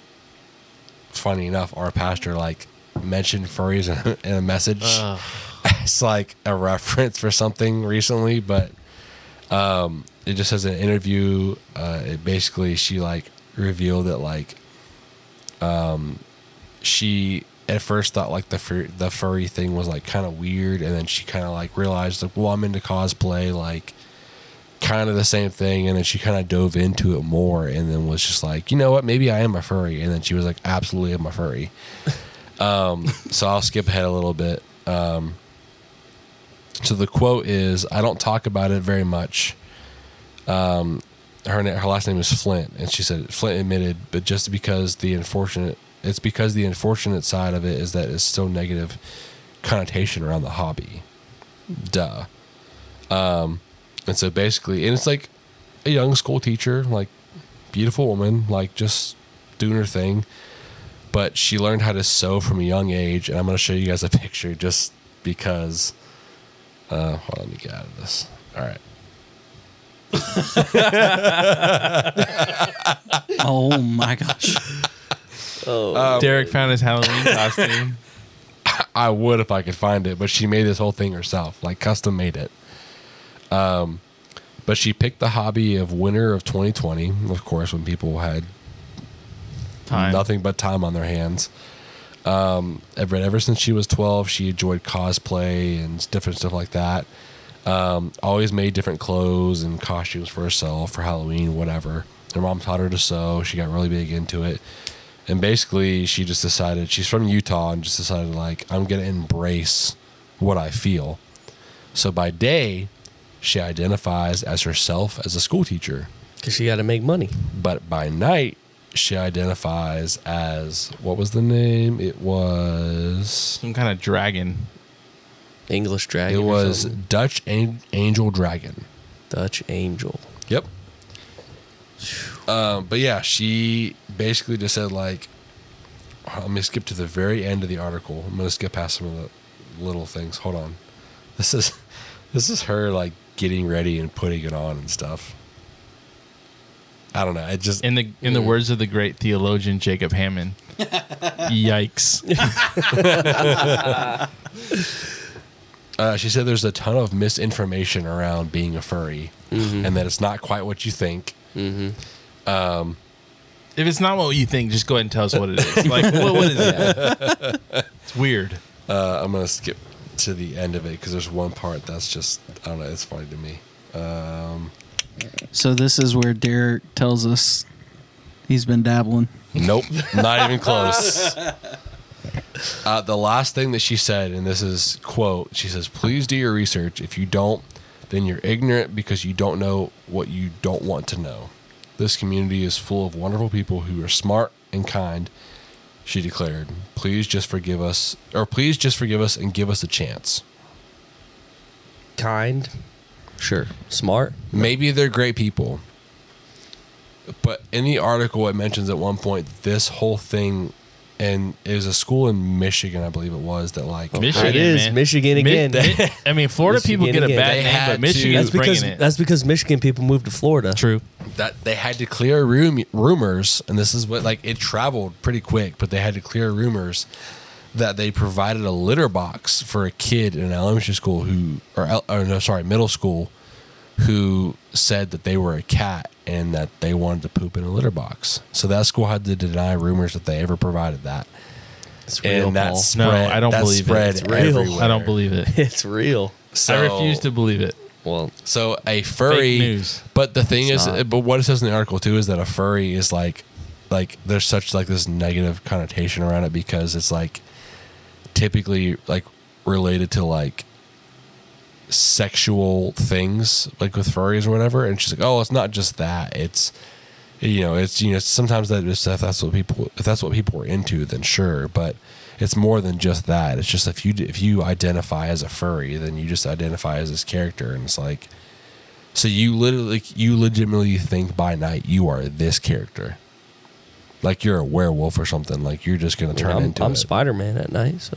[SPEAKER 4] funny enough, our pastor like mentioned furries in a, in a message. It's like a reference for something recently, but um, it just says in an interview. Uh, it basically she like revealed that like she at first thought like the fur- the furry thing was like kind of weird, and then she kind of like realized like, well, I'm into cosplay, like kind of the same thing, and then she kind of dove into it more, and then was just like, you know what, maybe I am a furry, and then she was like, absolutely, I'm a furry. um, so I'll skip ahead a little bit. Um, so the quote is, I don't talk about it very much her na- her last name is Flint, and she said Flint admitted, but just because the unfortunate, it's because the unfortunate side of it is that it's still negative connotation around the hobby. Duh. Um, and so basically, and it's like a young school teacher, like beautiful woman, like just doing her thing, but she learned how to sew from a young age, and I'm gonna show you guys a picture just because. Uh, hold on, let me get out of this. All right.
[SPEAKER 3] oh my gosh.
[SPEAKER 1] Derek found his Halloween costume.
[SPEAKER 4] I would if I could find it, but she made this whole thing herself, like custom made it. Um, but she picked the hobby of winter of 2020, of course, when people had
[SPEAKER 1] Time.
[SPEAKER 4] nothing but time on their hands. Um, ever, ever since she was 12, she enjoyed cosplay and different stuff like that. Um, always made different clothes and costumes for herself for Halloween, whatever. Her mom taught her to sew. She got really big into it. And basically, she just decided, she's from Utah and just decided, like, I'm going to embrace what I feel. So by day, she identifies as herself as a school teacher
[SPEAKER 2] Because she got to make money.
[SPEAKER 4] but by night she identifies as what was the name? It was
[SPEAKER 1] Some kind of dragon.
[SPEAKER 2] English dragon.
[SPEAKER 4] it
[SPEAKER 2] or
[SPEAKER 4] was
[SPEAKER 2] something.
[SPEAKER 4] Dutch An- Angel Dragon.
[SPEAKER 2] Dutch angel.
[SPEAKER 4] Yep. Um, but yeah, she basically just said like, let me skip to the very end of the article. I'm gonna skip past some of the little things. Hold on. This is this is her like getting ready and putting it on and stuff. I don't know. It just
[SPEAKER 1] In the
[SPEAKER 2] Mm.
[SPEAKER 1] in the words of the great theologian Jacob Hammond, yikes!
[SPEAKER 4] uh, she said there's a ton of misinformation around being a furry and that it's not quite what you think.
[SPEAKER 1] If it's not what you think, just go ahead and tell us what it is. Like, what, what is it? It's weird.
[SPEAKER 4] Uh, I'm gonna skip to the end of it because there's one part that's just I don't know. It's funny to me.
[SPEAKER 3] So this is where Derek tells us he's been dabbling.
[SPEAKER 4] Nope, not even close. Uh, the last thing that she said, and this is quote, she says, "Please do your research. If you don't, then you're ignorant because you don't know what you don't want to know." This community is full of wonderful people who are smart and kind. She declared, "Please just forgive us, or please just forgive us and give us a chance.
[SPEAKER 2] Kind, sure. Smart.
[SPEAKER 4] Maybe they're great people." But in the article, it mentions at one point this whole thing, and it was a school in Michigan, I believe it was, that like
[SPEAKER 1] Michigan,
[SPEAKER 2] it is.
[SPEAKER 1] man.
[SPEAKER 2] Michigan
[SPEAKER 1] Mi-
[SPEAKER 2] again.
[SPEAKER 1] Mi- I mean, Florida
[SPEAKER 2] Michigan
[SPEAKER 1] people get a
[SPEAKER 2] again.
[SPEAKER 1] bad
[SPEAKER 4] They
[SPEAKER 1] name,
[SPEAKER 4] had
[SPEAKER 1] but
[SPEAKER 4] to.
[SPEAKER 1] Michigan's
[SPEAKER 2] that's because
[SPEAKER 1] bringing it.
[SPEAKER 2] that's because Michigan people moved to Florida.
[SPEAKER 1] true.
[SPEAKER 4] that they had to clear room, rumors, and this is what like it traveled pretty quick, but they had to clear rumors that they provided a litter box for a kid in an elementary school who, or, el- or no, sorry, middle school, who said that they were a cat and that they wanted to poop in a litter box. So that school had to deny rumors that they ever provided that,
[SPEAKER 2] It's real.
[SPEAKER 4] and that
[SPEAKER 2] Paul.
[SPEAKER 4] spread.
[SPEAKER 1] No, I don't
[SPEAKER 4] that
[SPEAKER 1] believe
[SPEAKER 4] spread
[SPEAKER 1] it. It's
[SPEAKER 2] real.
[SPEAKER 4] everywhere.
[SPEAKER 1] I don't believe it.
[SPEAKER 2] it's real.
[SPEAKER 4] So,
[SPEAKER 1] I refuse to believe it.
[SPEAKER 2] Well,
[SPEAKER 4] So a
[SPEAKER 1] Fake
[SPEAKER 4] furry,
[SPEAKER 1] news.
[SPEAKER 4] but the thing
[SPEAKER 2] It's
[SPEAKER 4] is,
[SPEAKER 2] not.
[SPEAKER 4] but what it says in the article too is that a furry is like, like there's such like this negative connotation around it because it's like typically like related to like sexual things like with furries or whatever, and she's like, oh, it's not just that, it's you know, it's you know sometimes that is if that's what people if that's what people are into, then sure, but. It's more than just that. It's just if you if you identify as a furry, then you just identify as this character, and it's like, so you literally, you legitimately think by night you are this character, like you're a werewolf or something. Like you're just gonna turn
[SPEAKER 2] I'm,
[SPEAKER 4] into.
[SPEAKER 2] I'm
[SPEAKER 4] it.
[SPEAKER 2] Spider Man at night, so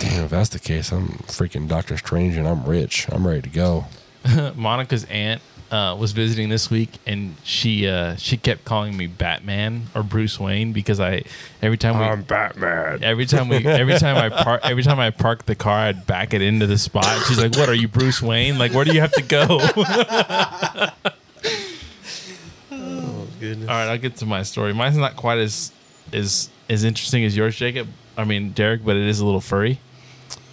[SPEAKER 4] Damn, if that's the case, I'm freaking Doctor Strange and I'm rich. I'm ready to go.
[SPEAKER 1] Monica's aunt uh, was visiting this week, and she uh, she kept calling me Batman or Bruce Wayne because I every time we, I'm Batman. Every time we every time I park every time I parked the car, I'd back it into the spot. She's like, "What are you, Bruce Wayne? Like, where do you have to go?" All
[SPEAKER 2] goodness.
[SPEAKER 1] right, I'll get to my story. Mine's not quite as as as interesting as yours, Jacob. I mean, Derek, but it is a little furry.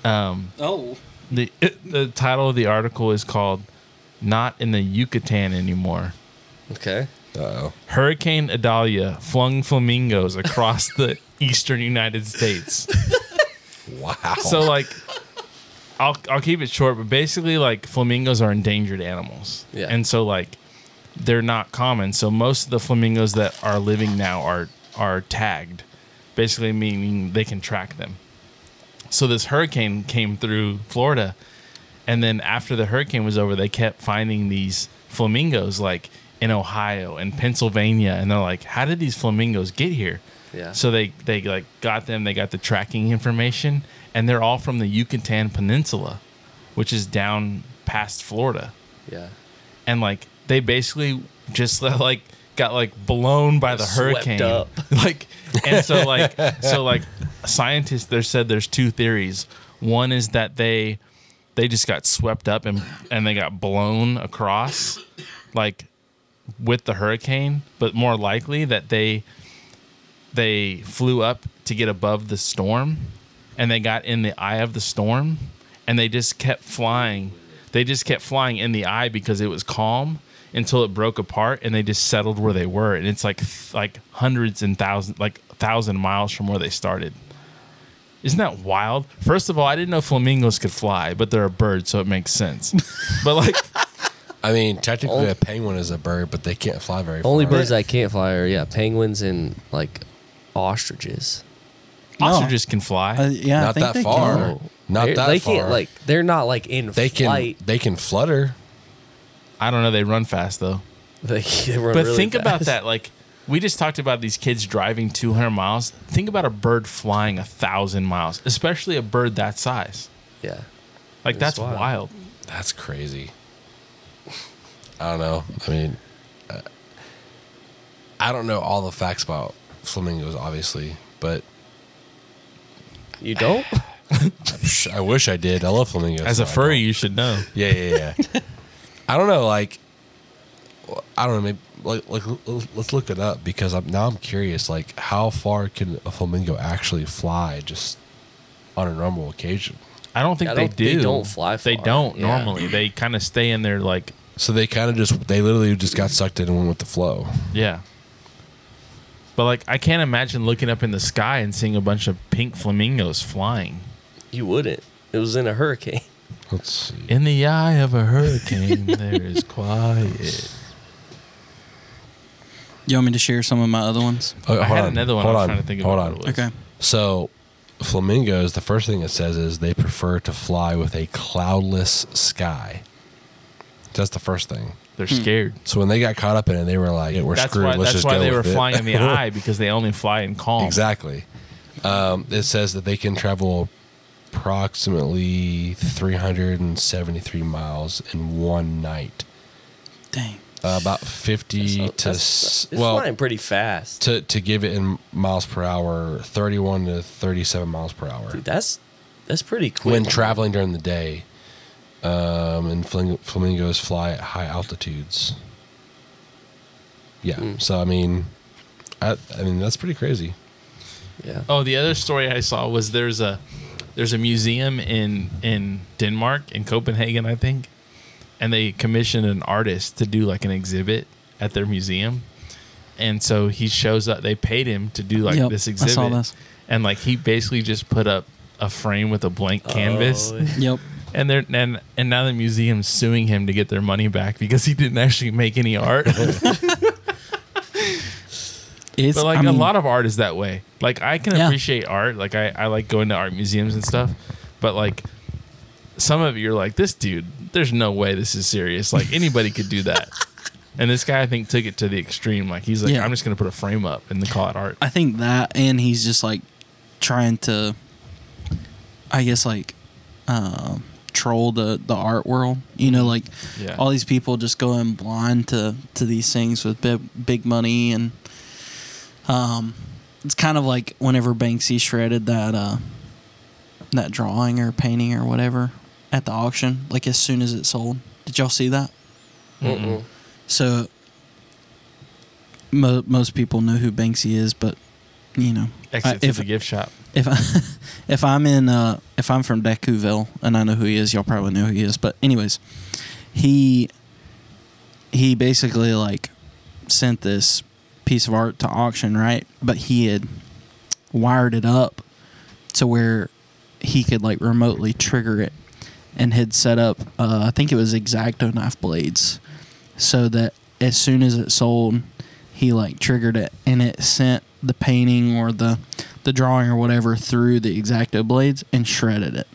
[SPEAKER 1] Um,
[SPEAKER 3] Oh,
[SPEAKER 1] the the title of the article is called "Not in the Yucatan Anymore."
[SPEAKER 2] okay.
[SPEAKER 4] Uh oh.
[SPEAKER 1] Hurricane Idalia flung flamingos across the eastern United States.
[SPEAKER 4] Wow.
[SPEAKER 1] So like I'll I'll keep it short, but basically like flamingos are endangered animals.
[SPEAKER 2] Yeah.
[SPEAKER 1] And so like they're not common. So most of the flamingos that are living now are are tagged. Basically meaning they can track them. So this hurricane came through Florida and then after the hurricane was over, they kept finding these flamingos like in Ohio and Pennsylvania, and they're like, "How did these flamingos get here?"
[SPEAKER 2] Yeah.
[SPEAKER 1] So they they like got them. They got the tracking information, and they're all from the Yucatan Peninsula, which is down past Florida,
[SPEAKER 2] Yeah.
[SPEAKER 1] and like they basically just like got like blown by the
[SPEAKER 2] Swept
[SPEAKER 1] hurricane,
[SPEAKER 2] up.
[SPEAKER 1] like, and so like so like scientists there said there's two theories. One is that they they just got swept up and and they got blown across like with the hurricane but more likely that they they flew up to get above the storm and they got in the eye of the storm and they just kept flying they just kept flying in the eye because it was calm until it broke apart and they just settled where they were and it's like th- like hundreds and thousands like 1000 miles from where they started isn't that wild? First of all, I didn't know flamingos could fly, but they're a bird, so it makes sense. but like,
[SPEAKER 4] I mean, technically, a penguin is a bird, but they can't fly very far.
[SPEAKER 2] Only birds that can't fly are yeah penguins and like ostriches.
[SPEAKER 3] No.
[SPEAKER 1] ostriches can fly.
[SPEAKER 3] uh, yeah. I
[SPEAKER 4] Not
[SPEAKER 3] think
[SPEAKER 4] that
[SPEAKER 3] they
[SPEAKER 4] far.
[SPEAKER 3] Can.
[SPEAKER 4] Not
[SPEAKER 2] They're-
[SPEAKER 4] that
[SPEAKER 2] Oh. they
[SPEAKER 4] far.
[SPEAKER 2] can't like they're not like in
[SPEAKER 4] they can
[SPEAKER 2] flight.
[SPEAKER 4] they can flutter.
[SPEAKER 1] I don't know. They run fast though.
[SPEAKER 2] They, they run
[SPEAKER 1] But
[SPEAKER 2] really
[SPEAKER 1] think about
[SPEAKER 2] fast.
[SPEAKER 1] that. Like, we just talked about these kids driving 200 miles. Think about a bird flying a thousand miles, especially a bird that size.
[SPEAKER 2] Yeah.
[SPEAKER 1] Like that's
[SPEAKER 2] wild.
[SPEAKER 1] wild.
[SPEAKER 4] That's crazy. I don't know. I mean, uh, I don't know all the facts about flamingos, obviously, but
[SPEAKER 2] You don't?
[SPEAKER 4] psh, I wish I did. I love flamingos.
[SPEAKER 1] As a
[SPEAKER 4] No, I
[SPEAKER 1] furry, you should know.
[SPEAKER 4] Yeah, yeah, yeah. I don't know. Like, I don't know. Maybe like, like l- let's look it up because I'm now I'm curious. Like, how far can a flamingo actually fly just on a normal occasion?
[SPEAKER 1] I don't think
[SPEAKER 2] I
[SPEAKER 1] they
[SPEAKER 2] don't-
[SPEAKER 1] do.
[SPEAKER 2] they don't fly
[SPEAKER 1] They
[SPEAKER 2] far.
[SPEAKER 1] don't
[SPEAKER 2] Yeah.
[SPEAKER 1] normally. They kind of stay in their like
[SPEAKER 4] So they kind of just they literally just got sucked in and went with the flow.
[SPEAKER 1] yeah. But like I can't imagine looking up in the sky and seeing a bunch of pink flamingos flying
[SPEAKER 2] You wouldn't. It was in a hurricane.
[SPEAKER 4] Let's see.
[SPEAKER 1] in the eye of a hurricane. there is quiet.
[SPEAKER 3] You want me to share some of my other ones?
[SPEAKER 4] Oh,
[SPEAKER 1] I
[SPEAKER 4] hold
[SPEAKER 1] had
[SPEAKER 4] on,
[SPEAKER 1] another one. I
[SPEAKER 4] Hold
[SPEAKER 1] was
[SPEAKER 4] on.
[SPEAKER 1] trying to think
[SPEAKER 4] hold
[SPEAKER 1] about
[SPEAKER 4] on.
[SPEAKER 1] what it was.
[SPEAKER 3] Okay.
[SPEAKER 4] So, flamingos, the first thing it says is they prefer to fly with a cloudless sky. That's the first thing.
[SPEAKER 1] They're scared.
[SPEAKER 4] So when they got caught up in it, they were like, "We're
[SPEAKER 1] That's
[SPEAKER 4] screwed."
[SPEAKER 1] why.
[SPEAKER 4] Let's
[SPEAKER 1] That's
[SPEAKER 4] just
[SPEAKER 1] why
[SPEAKER 4] go
[SPEAKER 1] they were
[SPEAKER 4] with it."
[SPEAKER 1] flying in the eye because they only fly in calm.
[SPEAKER 4] exactly. Um, it says that they can travel approximately 373 miles in one night.
[SPEAKER 3] Dang.
[SPEAKER 4] Uh, about 50
[SPEAKER 2] So
[SPEAKER 4] to
[SPEAKER 2] that's-
[SPEAKER 4] s-
[SPEAKER 2] it's
[SPEAKER 4] well
[SPEAKER 2] flying pretty fast.
[SPEAKER 4] to to give it in miles per hour, 31 to 37 miles per hour.
[SPEAKER 2] Dude, that's that's pretty quick.
[SPEAKER 4] when traveling during the day. Um, and fling- flamingos fly at high altitudes. Yeah. So I mean, I, I mean that's pretty crazy.
[SPEAKER 2] yeah.
[SPEAKER 1] Oh, the other story I saw was there's a there's a museum in in Denmark in Copenhagen, I think, and they commissioned an artist to do like an exhibit at their museum, and so he shows up. They paid him to do like
[SPEAKER 3] Yep,
[SPEAKER 1] this
[SPEAKER 3] I
[SPEAKER 1] exhibit,
[SPEAKER 3] saw this.
[SPEAKER 1] and like he basically just put up a frame with a blank canvas,
[SPEAKER 2] Oh,
[SPEAKER 3] Yep.
[SPEAKER 1] and they're and and now the museum's suing him to get their money back because he didn't actually make any art.
[SPEAKER 3] It's
[SPEAKER 1] But like
[SPEAKER 3] I mean,
[SPEAKER 1] a lot of art is that way. Like I can
[SPEAKER 3] Yeah.
[SPEAKER 1] appreciate art. Like I, I like going to art museums and stuff. But like some of it you're like, this dude, there's no way this is serious. Like anybody could do that. And this guy I think took it to the extreme. Like he's like,
[SPEAKER 3] Yeah.
[SPEAKER 1] I'm just gonna put a frame up and call it art.
[SPEAKER 3] I think that, and he's just like trying to, I guess, like um troll the the art world. You know, like
[SPEAKER 1] Yeah.
[SPEAKER 3] all these people just going blind to to these things with big big money, and um, it's kind of like whenever Banksy shredded that uh that drawing or painting or whatever at the auction, like as soon as it sold. Did y'all see that?
[SPEAKER 2] Mm-mm.
[SPEAKER 3] So mo- most people know who Banksy is, but you know,
[SPEAKER 1] Exit
[SPEAKER 3] I-
[SPEAKER 1] to
[SPEAKER 3] Uh, if
[SPEAKER 1] the gift shop.
[SPEAKER 3] if I, if I'm in uh, if I'm from Decouville and I know who he is, y'all probably know who he is. But anyways, he he basically like sent this piece of art to auction, right? But he had wired it up to where he could like remotely trigger it, and had set up uh, I think it was exacto knife blades, so that as soon as it sold, he like triggered it and it sent the painting or the the drawing or whatever through the exacto blades and shredded it.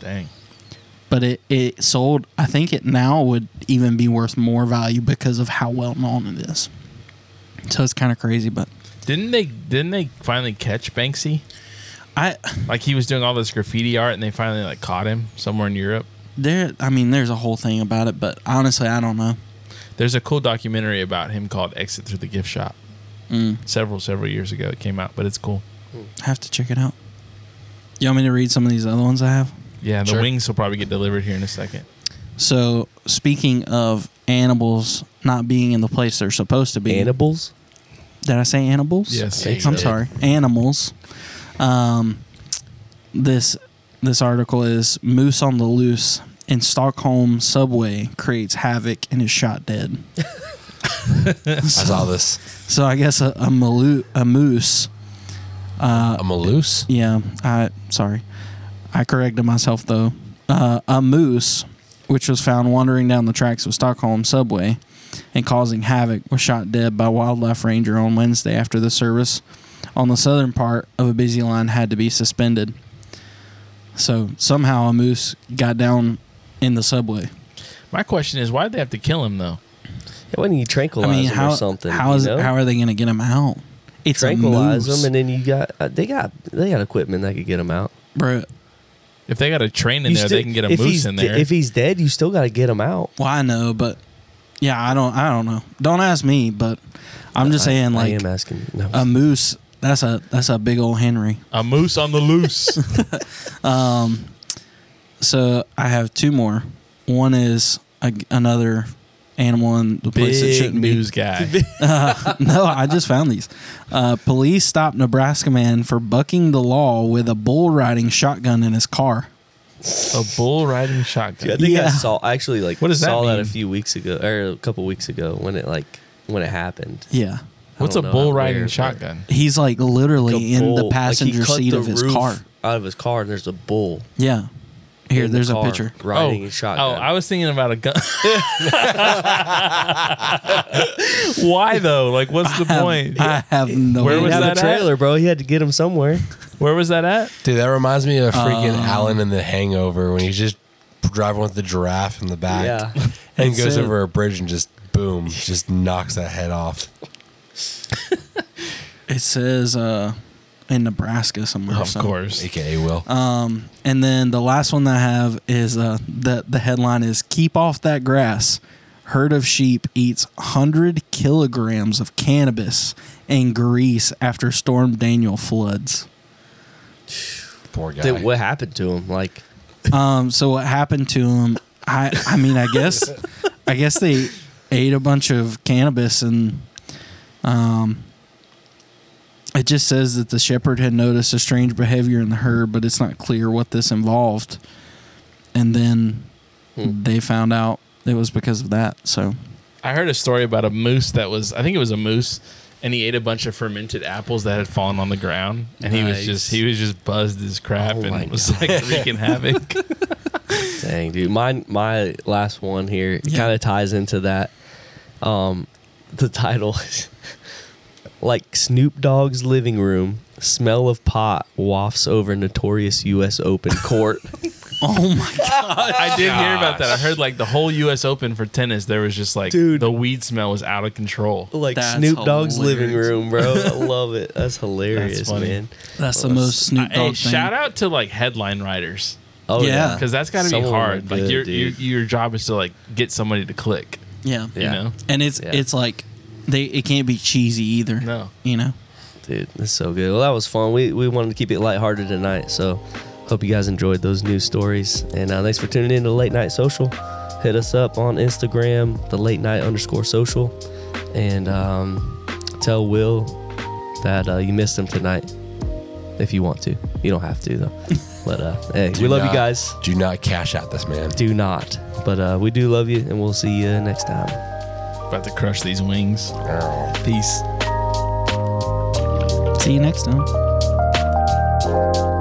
[SPEAKER 1] Dang.
[SPEAKER 3] But it, it sold I think it now would even be worth more value because of how well known it is. So it's kinda crazy, but
[SPEAKER 1] Didn't they didn't they finally catch Banksy?
[SPEAKER 3] I
[SPEAKER 1] Like he was doing all this graffiti art and they finally like caught him somewhere in Europe.
[SPEAKER 3] there I mean there's a whole thing about it, but honestly I don't know.
[SPEAKER 1] There's a cool documentary about him called Exit Through the Gift Shop. Several, several years ago it came out, but it's cool.
[SPEAKER 3] I have to check it out. You want me to read some of these other ones I have?
[SPEAKER 1] Yeah, the
[SPEAKER 4] Sure.
[SPEAKER 1] wings will probably get delivered here in a second.
[SPEAKER 3] So speaking of animals not being in the place they're supposed to be
[SPEAKER 2] Animals?
[SPEAKER 3] Did I say animals?
[SPEAKER 1] Yes.
[SPEAKER 2] Thanks,
[SPEAKER 3] I'm
[SPEAKER 2] Ed.
[SPEAKER 3] sorry. Animals. Um, this this article is moose on the loose in Stockholm subway creates havoc and is shot dead.
[SPEAKER 4] I saw this.
[SPEAKER 3] So I guess a a, maloo- a moose. Uh,
[SPEAKER 4] a maloose.
[SPEAKER 3] Yeah. I sorry. I corrected myself though. Uh, a moose, which was found wandering down the tracks of Stockholm subway and causing havoc, was shot dead by wildlife ranger on Wednesday after the service on the southern part of a busy line had to be suspended. So somehow a moose got down in the subway.
[SPEAKER 1] My question is, why did they have to kill him though?
[SPEAKER 2] Yeah, why didn't you
[SPEAKER 3] I
[SPEAKER 2] tranquilize
[SPEAKER 3] mean,
[SPEAKER 2] them
[SPEAKER 3] how
[SPEAKER 2] or something?
[SPEAKER 3] how
[SPEAKER 2] you
[SPEAKER 3] is
[SPEAKER 2] know?
[SPEAKER 3] how are they going to get him out? It's a
[SPEAKER 2] tranquilize
[SPEAKER 3] moose.
[SPEAKER 2] them, and then you got uh, they got they got equipment that could get them out.
[SPEAKER 3] Bro,
[SPEAKER 1] It If they got a train in
[SPEAKER 2] You
[SPEAKER 1] there,
[SPEAKER 2] still-
[SPEAKER 1] they can get a
[SPEAKER 2] if
[SPEAKER 1] moose
[SPEAKER 2] he's
[SPEAKER 1] in
[SPEAKER 2] de-
[SPEAKER 1] there.
[SPEAKER 2] If he's dead, you still got to get him out.
[SPEAKER 3] Well, I know, but yeah, I don't. I don't know. Don't ask me, but I'm just
[SPEAKER 2] I,
[SPEAKER 3] saying,
[SPEAKER 2] I
[SPEAKER 3] like um,
[SPEAKER 2] am asking. No.
[SPEAKER 3] a moose. That's a that's a big old Henry. Um,
[SPEAKER 1] a moose on the loose.
[SPEAKER 3] So I have two more. One is a, another animal in the place it
[SPEAKER 1] Big
[SPEAKER 3] shouldn't
[SPEAKER 1] news guy.
[SPEAKER 3] be. No, I just found these. Uh, police stopped Nebraska man for bucking the law with a bull riding shotgun in his car.
[SPEAKER 1] a bull riding
[SPEAKER 2] I
[SPEAKER 1] shotgun.
[SPEAKER 2] think I
[SPEAKER 3] yeah.
[SPEAKER 2] saw I actually like
[SPEAKER 1] What does that
[SPEAKER 2] saw that, a
[SPEAKER 1] mean?
[SPEAKER 2] few weeks ago or a couple weeks ago when it like when it happened.
[SPEAKER 3] Yeah,
[SPEAKER 2] I
[SPEAKER 1] What's a
[SPEAKER 2] don't know
[SPEAKER 1] bull
[SPEAKER 2] how
[SPEAKER 1] riding
[SPEAKER 2] weird, but-
[SPEAKER 1] shotgun?
[SPEAKER 3] he's like
[SPEAKER 2] Like,
[SPEAKER 3] literally
[SPEAKER 2] a
[SPEAKER 3] in
[SPEAKER 2] bull-
[SPEAKER 3] the
[SPEAKER 2] like, he
[SPEAKER 3] passenger
[SPEAKER 2] cut
[SPEAKER 3] seat
[SPEAKER 2] the
[SPEAKER 3] of his
[SPEAKER 2] roof
[SPEAKER 3] car.
[SPEAKER 2] out of his car and there's a bull.
[SPEAKER 3] Yeah, here,
[SPEAKER 2] in the
[SPEAKER 3] there's a
[SPEAKER 2] car
[SPEAKER 3] picture.
[SPEAKER 2] riding
[SPEAKER 1] oh,
[SPEAKER 2] his
[SPEAKER 1] oh,
[SPEAKER 2] shotgun.
[SPEAKER 1] I was thinking about a gun. Why though? Like, what's the
[SPEAKER 3] I have-
[SPEAKER 1] point?
[SPEAKER 3] I have no.
[SPEAKER 1] Where
[SPEAKER 2] He
[SPEAKER 3] idea.
[SPEAKER 1] was
[SPEAKER 2] didn't have
[SPEAKER 1] that
[SPEAKER 2] a
[SPEAKER 1] at?
[SPEAKER 2] trailer, bro. He had to get him somewhere.
[SPEAKER 1] Where was that at?
[SPEAKER 4] Dude, that reminds me of freaking
[SPEAKER 3] Um,
[SPEAKER 4] Alan in the Hangover when he's just driving with the giraffe in the back
[SPEAKER 2] Yeah.
[SPEAKER 4] and goes
[SPEAKER 3] it.
[SPEAKER 4] over a bridge and just boom, just knocks that head off.
[SPEAKER 3] It says uh, in Nebraska somewhere.
[SPEAKER 1] Of
[SPEAKER 3] so.
[SPEAKER 1] course.
[SPEAKER 4] AKA Will.
[SPEAKER 3] Um, and then the last one that I have is uh, the the headline is "Keep off that grass." Herd of sheep eats hundred kilograms of cannabis in Greece after Storm Daniel floods.
[SPEAKER 4] Poor guy.
[SPEAKER 2] Then what happened to him? Like
[SPEAKER 3] Um, so what happened to him? I I mean I guess I guess they ate a bunch of cannabis and um, it just says that the shepherd had noticed a strange behavior in the herd, but it's not clear what this involved. And then they found out it was because of that. So
[SPEAKER 1] I heard a story about a moose that was, I think it was a moose, and he ate a bunch of fermented apples that had fallen on the ground, and he was
[SPEAKER 2] Nice.
[SPEAKER 1] just he was just buzzed as crap
[SPEAKER 2] Oh my
[SPEAKER 1] and was like wreaking havoc.
[SPEAKER 2] Dang, dude. My my last one here
[SPEAKER 3] Yeah.
[SPEAKER 2] kind of ties into that. Um, the title is like Snoop Dogg's living room. Smell of pot wafts over notorious U.S. Open court.
[SPEAKER 3] oh my god,
[SPEAKER 1] I did hear about that. I heard like the whole U.S. Open for tennis, there was just like
[SPEAKER 2] Dude.
[SPEAKER 1] the weed smell was out of control.
[SPEAKER 2] like
[SPEAKER 3] That's
[SPEAKER 2] Snoop Dogg's living
[SPEAKER 3] hilarious.
[SPEAKER 2] room, bro. I love it. That's hilarious,
[SPEAKER 1] funny.
[SPEAKER 2] man.
[SPEAKER 3] that's the most Snoop Dogg
[SPEAKER 1] hey,
[SPEAKER 3] thing.
[SPEAKER 1] shout out to like headline writers
[SPEAKER 2] Oh
[SPEAKER 3] Yeah.
[SPEAKER 2] yeah,
[SPEAKER 1] because that's got to be
[SPEAKER 2] Some of them are
[SPEAKER 1] hard. Like
[SPEAKER 2] good,
[SPEAKER 1] your, your
[SPEAKER 2] dude.
[SPEAKER 1] your job is to like get somebody to click.
[SPEAKER 3] Yeah,
[SPEAKER 1] You
[SPEAKER 2] Yeah.
[SPEAKER 1] know,
[SPEAKER 3] and it's
[SPEAKER 2] Yeah.
[SPEAKER 3] it's like they it can't be cheesy either.
[SPEAKER 1] No.
[SPEAKER 3] you know.
[SPEAKER 2] dude. That's so good. Well, that was fun. We we wanted to keep it lighthearted tonight, so hope you guys enjoyed those news stories. And uh, thanks for tuning in to Late Night Social. Hit us up on Instagram, the Late Night underscore Social, and um, tell Will that uh, you missed him tonight. If you want to, you don't have to though. But uh, hey, we
[SPEAKER 4] Do
[SPEAKER 2] love
[SPEAKER 4] not-
[SPEAKER 2] you guys.
[SPEAKER 4] Do not cash out this man.
[SPEAKER 2] Do not, but uh, we do love you, and we'll see you next time.
[SPEAKER 1] about to crush these wings.
[SPEAKER 3] See you next time.